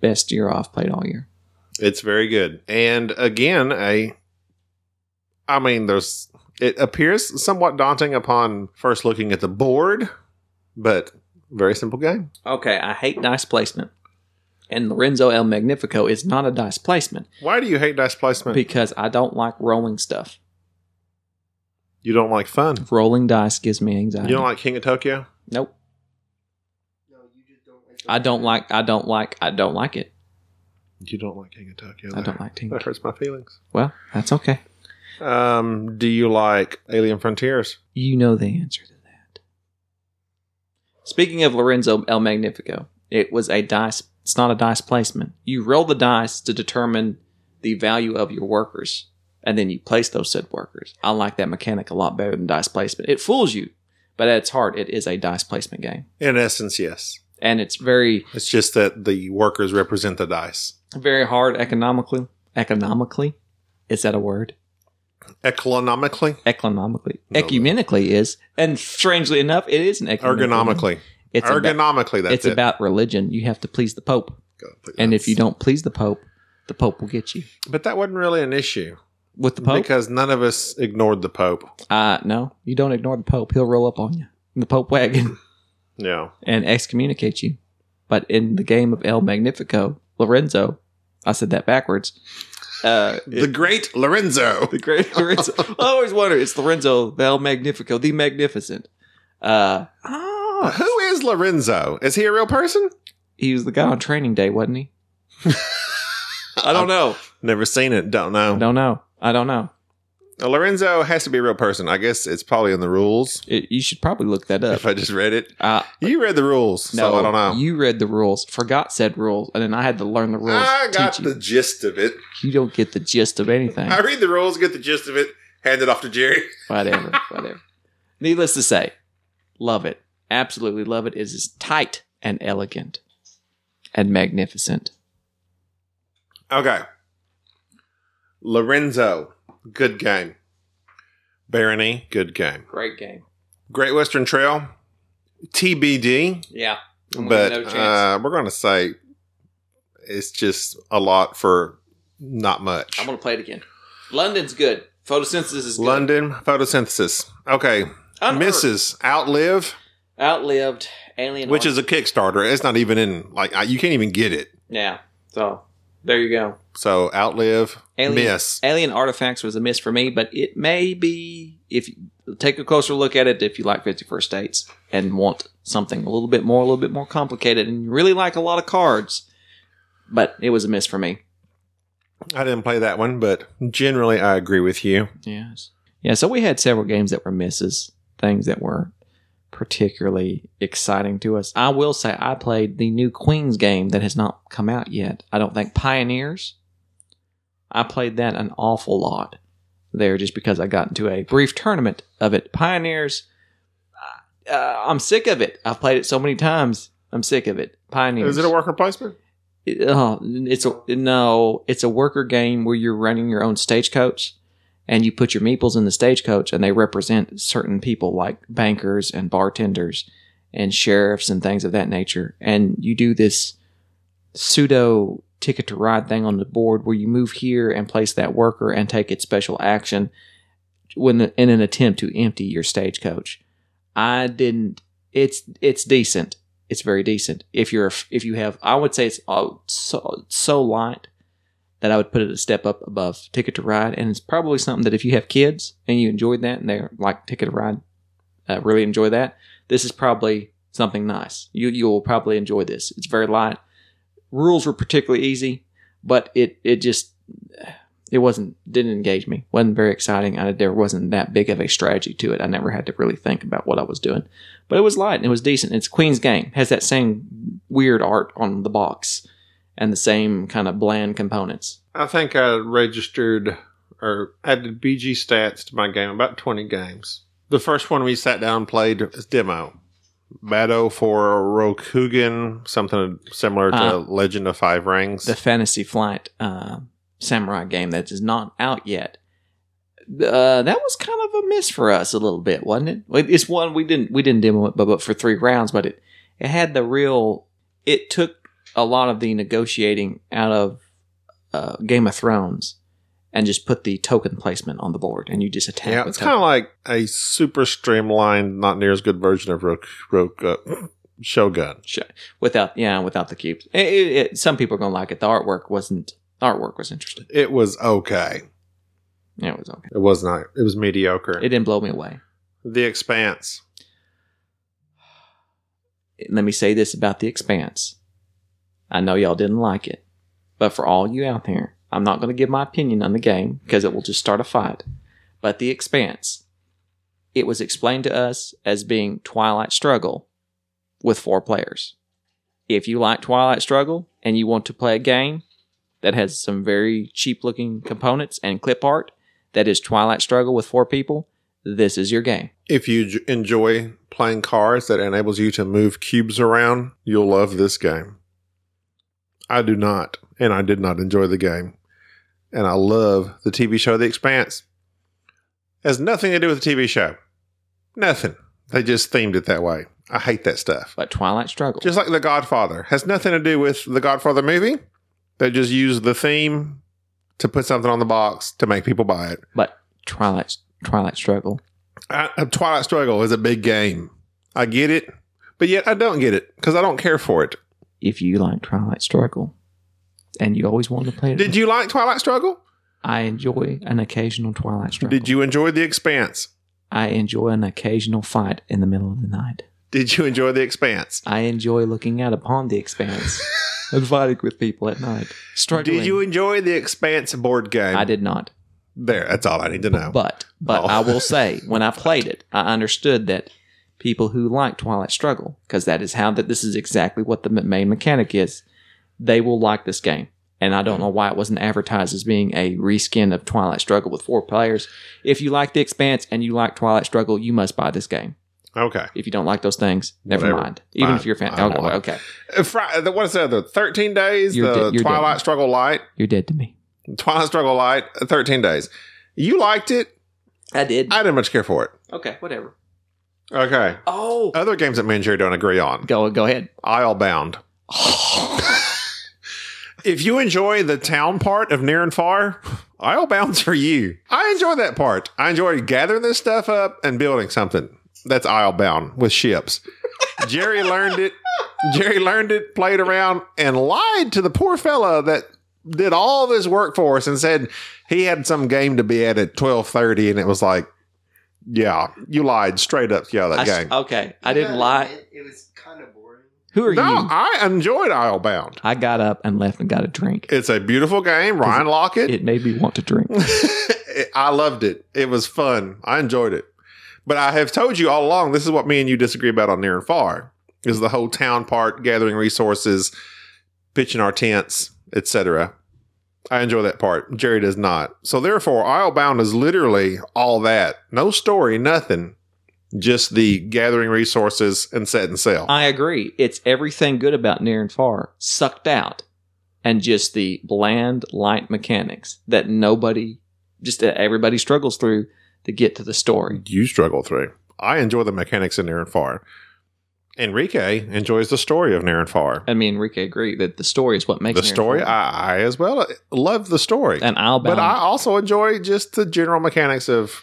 best year I've played all year. It's very good. And again, a I mean, there's it appears somewhat daunting upon first looking at the board, but very simple game. Okay, I hate dice placement. And Lorenzo El Magnifico is not a dice placement Why do you hate dice placement? because I don't like rolling stuff. you don't like fun. Rolling dice gives me You anxiety. don't like King of Tokyo? nope. No, you just don't like I don't like I don't like I don't like it. You don't like King of Tokyo. I That- don't like King. That hurts my feelings. Well, that's okay. Um, do you like Alien Frontiers? You know the answer to that. Speaking of Lorenzo El Magnifico, it was a dice. It's not a dice placement. You roll the dice to determine the value of your workers, and then you place those said workers. I like that mechanic a lot better than dice placement. It fools you, but at its heart, it is a dice placement game, In essence, yes. and it's very, It's just that the workers represent the dice. very hard economically. Economically, is that a word? Economically, Economically, No, no. ecumenically is, and strangely enough, it is an economical. ergonomically, It's a ba- ergonomically. that's it's it. about religion. You have to please the Pope. And if you don't please the Pope, the Pope will get you. but that wasn't really an issue. With the Pope? Because none of us ignored the Pope. Uh, no, you don't ignore the Pope. He'll roll up on you in the Pope wagon Yeah. and excommunicate you. But in the game of El Magnifico, Lorenzo, I said that backwards. Uh, The the, great Lorenzo. the great Lorenzo. I always wonder, it's Lorenzo, the El Magnifico, the Magnificent. Uh, oh, Who is Lorenzo? Is he a real person? he was the guy on training day, wasn't he? I don't know. Never seen it. Don't know. Don't know. I don't know. Lorenzo has to be a real person. I guess it's probably in the rules. It, you should probably look that up. If I just read it, Uh, you read the rules, No, so I don't know. You read the rules, forgot said rules, and then I had to learn the rules. I to got teach the you. gist of it. You don't get the gist of anything. I read the rules, get the gist of it, hand it off to Jerry. whatever, whatever. Needless to say, love it. Absolutely love it. It is tight and elegant and magnificent. Okay. Lorenzo, good game. Barony, good game. Great game. Great Western Trail, TBD. Yeah. I'm gonna but give it no chance. uh, we're going to say it's just a lot for not much. I'm going to play it again. London's good. Photosynthesis is good. London photosynthesis. Okay, Unearthed. Mrs. Outlive, Outlived Alien which is a Kickstarter. It's not even in like I- you can't even get it. Yeah. So, there you go. So Outlive, Alien- Miss. Alien Artifacts was a miss for me, but it may be if you take a closer look at it if you like 51st States and want something a little bit more, a little bit more complicated, and you really like a lot of cards. But it was a miss for me. I didn't play that one, but generally I agree with you. Yes. Yeah, so we had several games that were misses, things that weren't particularly exciting to us. I will say I played the new Queens game that has not come out yet. I don't think Pioneers. I played that an awful lot there just because I got into a brief tournament of it. Pioneers, uh, I'm sick of it. I've played it so many times. I'm sick of it. Pioneers. Is it a worker placement? it- oh, it's a no, it's a worker game where you're running your own stagecoach, and you put your meeples in the stagecoach, and they represent certain people like bankers and bartenders, and sheriffs and things of that nature. And you do this pseudo ticket to ride thing on the board where you move here and place that worker and take its special action when the, in an attempt to empty your stagecoach. I didn't. It's it's decent it's very decent. If you're if you have, I would say it's uh, so so light that I would put it a step up above Ticket to Ride, and it's probably something that if you have kids and you enjoyed that and they like Ticket to Ride, uh, really enjoy that. This is probably something nice. You you will probably enjoy this. It's very light. Rules were particularly easy, but it it just it wasn't didn't engage me. wasn't very exciting. I, there wasn't that big of a strategy to it. I never had to really think about what I was doing but it was light and it was decent. It's Queen's game has that same weird art on the box and the same kind of bland components. I think I registered or added BG stats to my game, about 20 games. The first one we sat down and played is demo. Battle for Rokugan, something similar to Uh, Legend of Five Rings. The Fantasy Flight uh, Samurai game that is not out yet. Uh, that was kind of a miss for us a little bit, wasn't it? Well, It's one we didn't we didn't demo it, but, but for three rounds, but it it had the real. It took a lot of the negotiating out of uh, Game of Thrones and just put the token placement on the board, and you just attack. Yeah, with it's kind of like a super streamlined, not near as good version of Rook, Rook uh, Shogun. without yeah without the cubes it, it, it- some people are gonna like it the artwork wasn't the artwork was interesting It was okay. yeah it was okay It was not. it was mediocre. it didn't blow me away the Expanse. let me say this about the expanse i know y'all didn't like it but for all you out there i'm not gonna give my opinion on the game because it will just start a fight but the expanse it was explained to us as being twilight struggle with four players if you like twilight struggle and you want to play a game that has some very cheap looking components and clip art that is twilight struggle with four people this is your game If you j- enjoy playing cards that enables you to move cubes around, you'll love this game. I do not, and I did not enjoy the game. And I love the TV show The Expanse. Has nothing to do with the TV show. Nothing. They just themed it that way. I hate that stuff. but twilight struggle Just like The Godfather has nothing to do with the Godfather movie. They just use the theme to put something on the box to make people buy it. but twilight twilight struggle I, Twilight Struggle is a big game. I get it, but yet I don't get it because I don't care for it. if you like twilight struggle and you always want to play it Did you like Twilight Struggle? i enjoy an occasional twilight struggle Did you enjoy The Expanse? i enjoy an occasional fight in the middle of the night Did you enjoy The Expanse? i enjoy looking out upon the expanse and fighting with people at night struggling Did you enjoy The Expanse board game? i did not There, that's all I need to know. But but Oh. I will say, when I played it, I understood that people who like Twilight Struggle, because that is how that this is exactly what the m- main mechanic is, they will like this game. And I Mm. don't know why it wasn't advertised as being a reskin of Twilight Struggle with four players. If you like The Expanse and you like Twilight Struggle, you must buy this game. okay. If you don't like those things, never Whatever. mind. Even Fine. if you're a fan, I don't okay, know. okay, Uh, Fri- the- what is the other? 13 Days, the You're di- you're Twilight dead. Struggle Light, you're dead to me. Twilight Struggle Light, uh, 13 Days. You liked it. I did. I didn't much care for it. okay, whatever. Okay. Oh, Other games that me and Jerry don't agree on. go go ahead. Isle Bound. if you enjoy the town part of Near and Far, Isle Bound's for you. I enjoy that part. I enjoy gathering this stuff up and building something. That's Isle Bound with ships. Jerry learned it. Jerry learned it, played around, and lied to the poor fella that did all this work for us and said he had some game to be at at twelve thirty, and it was like, yeah, you lied straight up. Yeah, that I s- game. okay, I Yeah, didn't lie. It, it was kind of boring. Who are No, you? I enjoyed Isle Bound. I got up and left and got a drink. It's a beautiful game. Ryan Lockett. It made me want to drink. I loved it. It was fun. I enjoyed it. But I have told you all along, this is what me and you disagree about on Near and Far is the whole town part, gathering resources, pitching our tents, etc. I enjoy that part. Jerry does not. So therefore, Islebound is literally all that. No story, nothing. Just the gathering resources and set and sell. I agree. It's everything good about near and far sucked out and just the bland light mechanics that nobody, just that everybody struggles through to get to the story. You struggle through. I enjoy the mechanics in Near and Far. Enrique enjoys the story of Near and Far. And me and Enrique agree that the story is what makes the Near and story, Far. I, I as well uh, love the story. and I'll but I also enjoy just the general mechanics of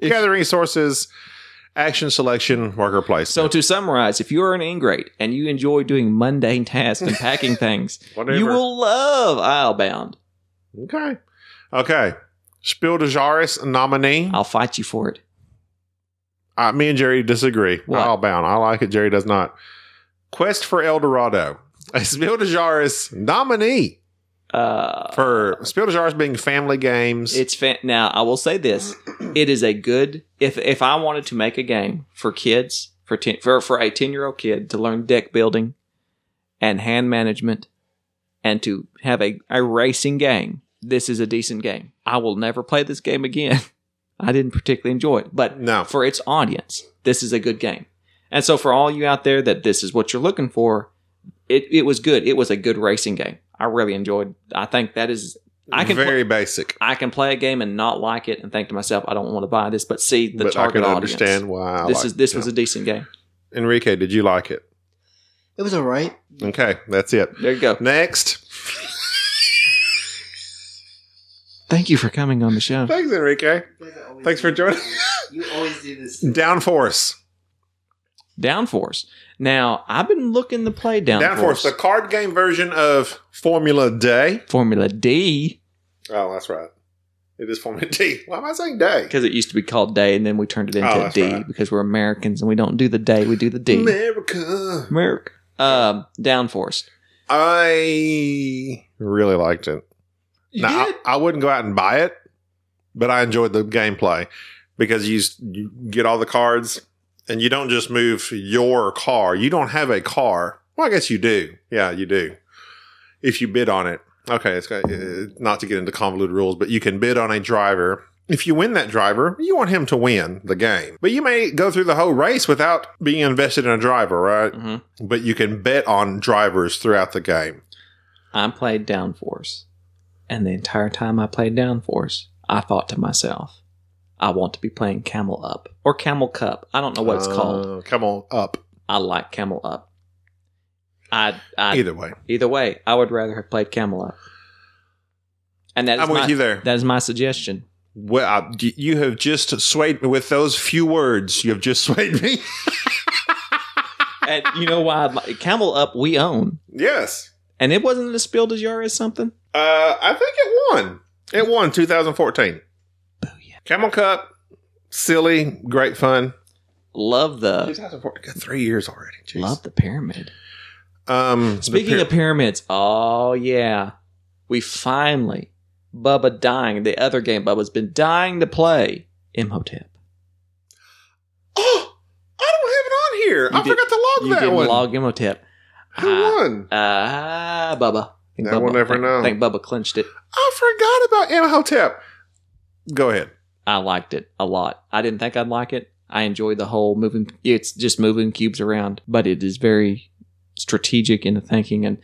gathering resources, action selection, worker place. So to summarize, if you're an ingrate and you enjoy doing mundane tasks and packing things, you will love Islebound. Okay. Okay. Spiel de Jaris nominee. I'll fight you for it. Uh, me and Jerry disagree. What? I'll bound. I like it. Jerry does not. Quest for El Dorado. A Spiel de Jaris nominee Uh, for Spiel de Jaris being family games. it's fan- now. I will say this: it is a good. If if I wanted to make a game for kids, for ten, for for a ten year old kid to learn deck building, and hand management, and to have a a racing game, this is a decent game. I will never play this game again. I didn't particularly enjoy it, but no. for its audience. This is a good game. And so for all you out there that this is what you're looking for, it, it was good. It was a good racing game. I really enjoyed. I think that is I can very basic. I can play a game and not like it and think to myself, I don't want to buy this, but see the but I can target audience. understand why. I this like is it. this Yeah. was a decent game. Enrique, did you like it? It was alright. Okay, that's it. There you go. Next. Thank you for coming on the show. Thanks, Enrique. Thanks for joining. You always do this. Downforce. Downforce. Now I've been looking to play Downforce, Downforce. the card game version of Formula Day. Formula D Oh, that's right. It is Formula D. Why am I saying day? because it used to be called Day and then we turned it Oh, into a that's D right. because we're Americans and we don't do the day, we do the D. America. Merrick. Um, downforce. I really liked it. You now, I, I wouldn't go out and buy it, but I enjoyed the gameplay because you, s- you get all the cards and you don't just move your car. You don't have a car. Well, I guess you do. Yeah, you do. If you bid on it. Okay, it's got, uh, not to get into convoluted rules, but you can bid on a driver. If you win that driver, you want him to win the game. But you may go through the whole race without being invested in a driver, right? Mhm. But you can bet on drivers throughout the game. I played downforce, and the entire time I played downforce, I thought to myself, "I want to be playing Camel Up or Camel Cup. I don't know what it's Uh, called. Come on, up. I like Camel Up. I, I either. Either way, way, I would rather have played Camel Up. And that is I'm with my, you there. that is my suggestion. Well, I, y- you have just swayed me with those few words. You have just swayed me. and you know why? I'd like- Camel Up we own, yes, and it wasn't a spiel de jour or something. uh, I think it won. It won 2014. Camel Cup, silly, great fun. Love the 2014, three years already. Jeez. Uh, love the pyramid. Um, Speaking the of pyramids, oh yeah, we finally Bubba dying the other game Bubba's been dying to play Imhotep. oh, I don't have it on here. You I did- forgot to log you that didn't one. log Imhotep. Who Ah, won? Ah, Bubba. I think That we'll never I think, know. I think Bubba clinched it. I forgot about Imhotep. Go ahead. I liked it a lot. I didn't think I'd like it. I enjoy the whole moving. It's just moving cubes around, but it is very strategic in the thinking. And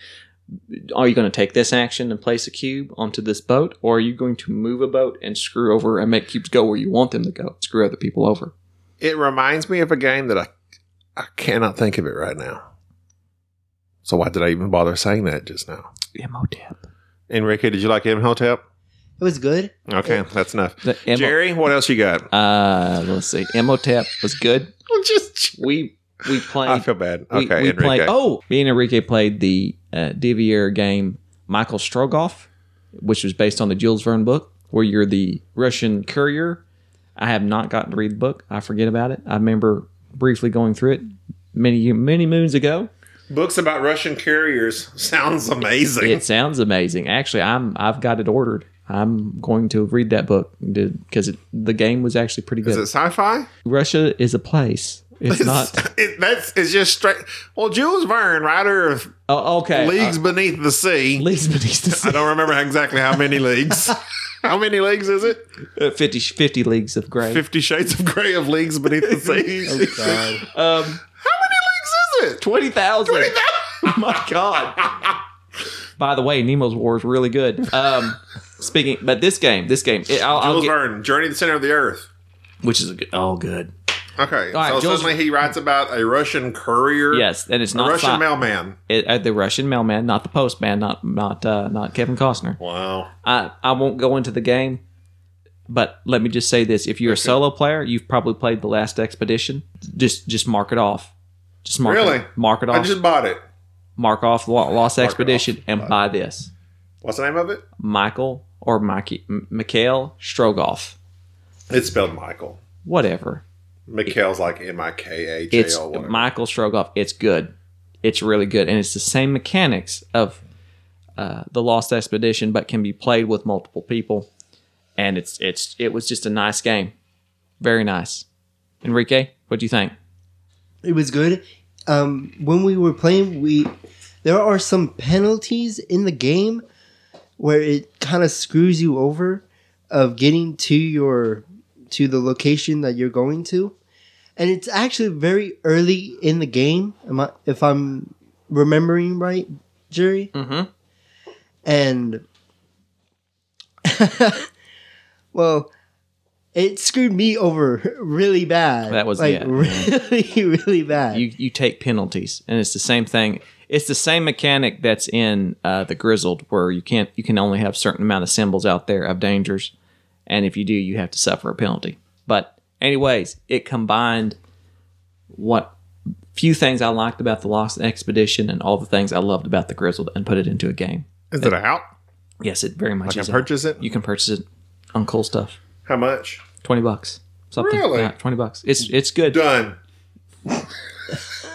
are you going to take this action and place a cube onto this boat, or are you going to move a boat and screw over and make cubes go where you want them to go, screw other people over? It reminds me of a game that I I cannot think of it right now. So why did I even bother saying that just now? Imhotep. Enrique, did you like Imhotep? It was good. Okay, Yeah. that's enough. The Imo- Jerry, what else you got? Uh, let's see. Imhotep was good. just We we played. I feel bad. we, okay, we Enrique. played. Oh, me and Enrique played the uh, Divier game Michael Strogoff, which was based on the Jules Verne book, where you're the Russian courier. I have not gotten to read the book. I forget about it. I remember briefly going through it many many moons ago. Books about Russian carriers sounds amazing. It sounds amazing. Actually, I'm I've got it ordered. I'm going to read that book because the game was actually pretty Is good. it sci-fi? Russia is a place. It's not. It, that's it's just straight. Well, Jules Verne, writer of Oh, okay. Leagues Beneath the Sea. Uh, leagues beneath the I sea. don't remember exactly how many leagues. how many leagues is it? 50, 50 leagues of gray. Fifty Shades of Grey of Leagues Beneath the Sea. Oh god. How Um, many leagues is it? Twenty thousand. Twenty thousand. My God. By the way, Nemo's War is really good. Um, speaking, but this game, this game, it, I'll, I'll Jules get, Verne, Journey to the Center of the Earth. which is a good, oh good. Okay, All right, so Jules- suddenly he writes about a Russian courier. Yes, and it's a not Russian sci- mailman. it, uh, the Russian mailman, not the postman, not not uh, not Kevin Costner. Wow. I I won't go into the game, but let me just say this: if you're a solo player, you've probably played the Last Expedition. Just just mark it off. Just mark Really? it, mark it I off. just bought it. mark off Lo- Lost Mark it Expedition off. and buy this. What's the name of it? Michael or Mikey, M- Mikhail Strogoff, It's spelled Michael. whatever. Mikhail's like M I K A J It's L. whatever. Michael Strogoff. It's good. It's really good, and it's the same mechanics of uh, the Lost Expedition, but can be played with multiple people. And it's it's it was just a nice game, very nice. Enrique, what do you think? It was good. Um, when we were playing, we there are some penalties in the game where it kind of screws you over of getting to your to the location that you're going to, and it's actually very early in the game. Am I, if I'm remembering right, Jerry? Mm-hmm. and well it screwed me over really bad That was- like yeah. really really bad You you take penalties, and it's the same thing. It's the same mechanic that's in uh, the Grizzled, where you can't you can only have certain amount of symbols out there of dangers, and if you do, you have to suffer a penalty. But anyways, it combined what few things I liked about the Lost Expedition and all the things I loved about the Grizzled, and put it into a game. Is it out? Yes, it very much. I can is a- purchase it. You can purchase it on Cool Stuff, How much? twenty bucks. Something Really? yeah, twenty bucks. It's it's good. Done. I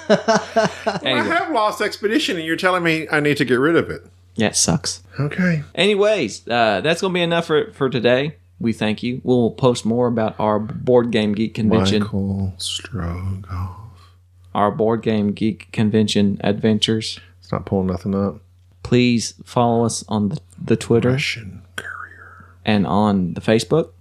Anyway, have lost expedition, and you're telling me I need to get rid of it. yeah, it sucks. Okay. Anyways, uh, that's going to be enough for, for today. We thank you. We'll post more about our Board Game Geek Convention, Michael Strogoff. our Board Game Geek Convention adventures. It's not pulling nothing up. Please follow us on the, the Twitter Russian courier. and on the Facebook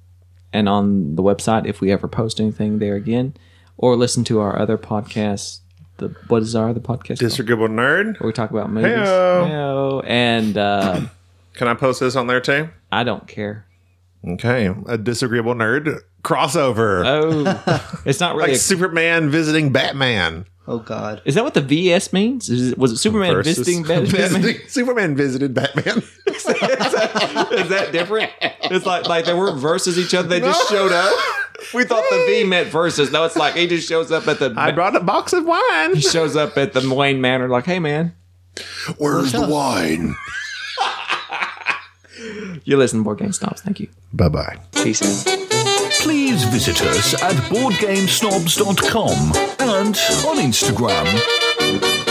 and on the website if we ever post anything there again, or listen to our other podcasts. The what is our other podcast? called? Disagreeable nerd. Where we talk about movies. Heyo. Heyo. And uh, Can I post this on there too? I don't care. Okay. A disagreeable nerd crossover. Oh, it's not really. like a- Superman visiting Batman. oh god is that what the VS means? Is it, was it Superman versus- visiting Bat- Batman? visiting- Superman visited Batman. Is that different? It's like like they weren't versus each other. They just showed up. We thought the V meant versus. No, it's like he just shows up at the I brought a box of wine. he shows up at the Wayne Manor. Like, hey man, Where's the wine? you listen to board game snobs. Thank you. Bye bye. Peace out. Please visit us at boardgamesnobs.com and on Instagram.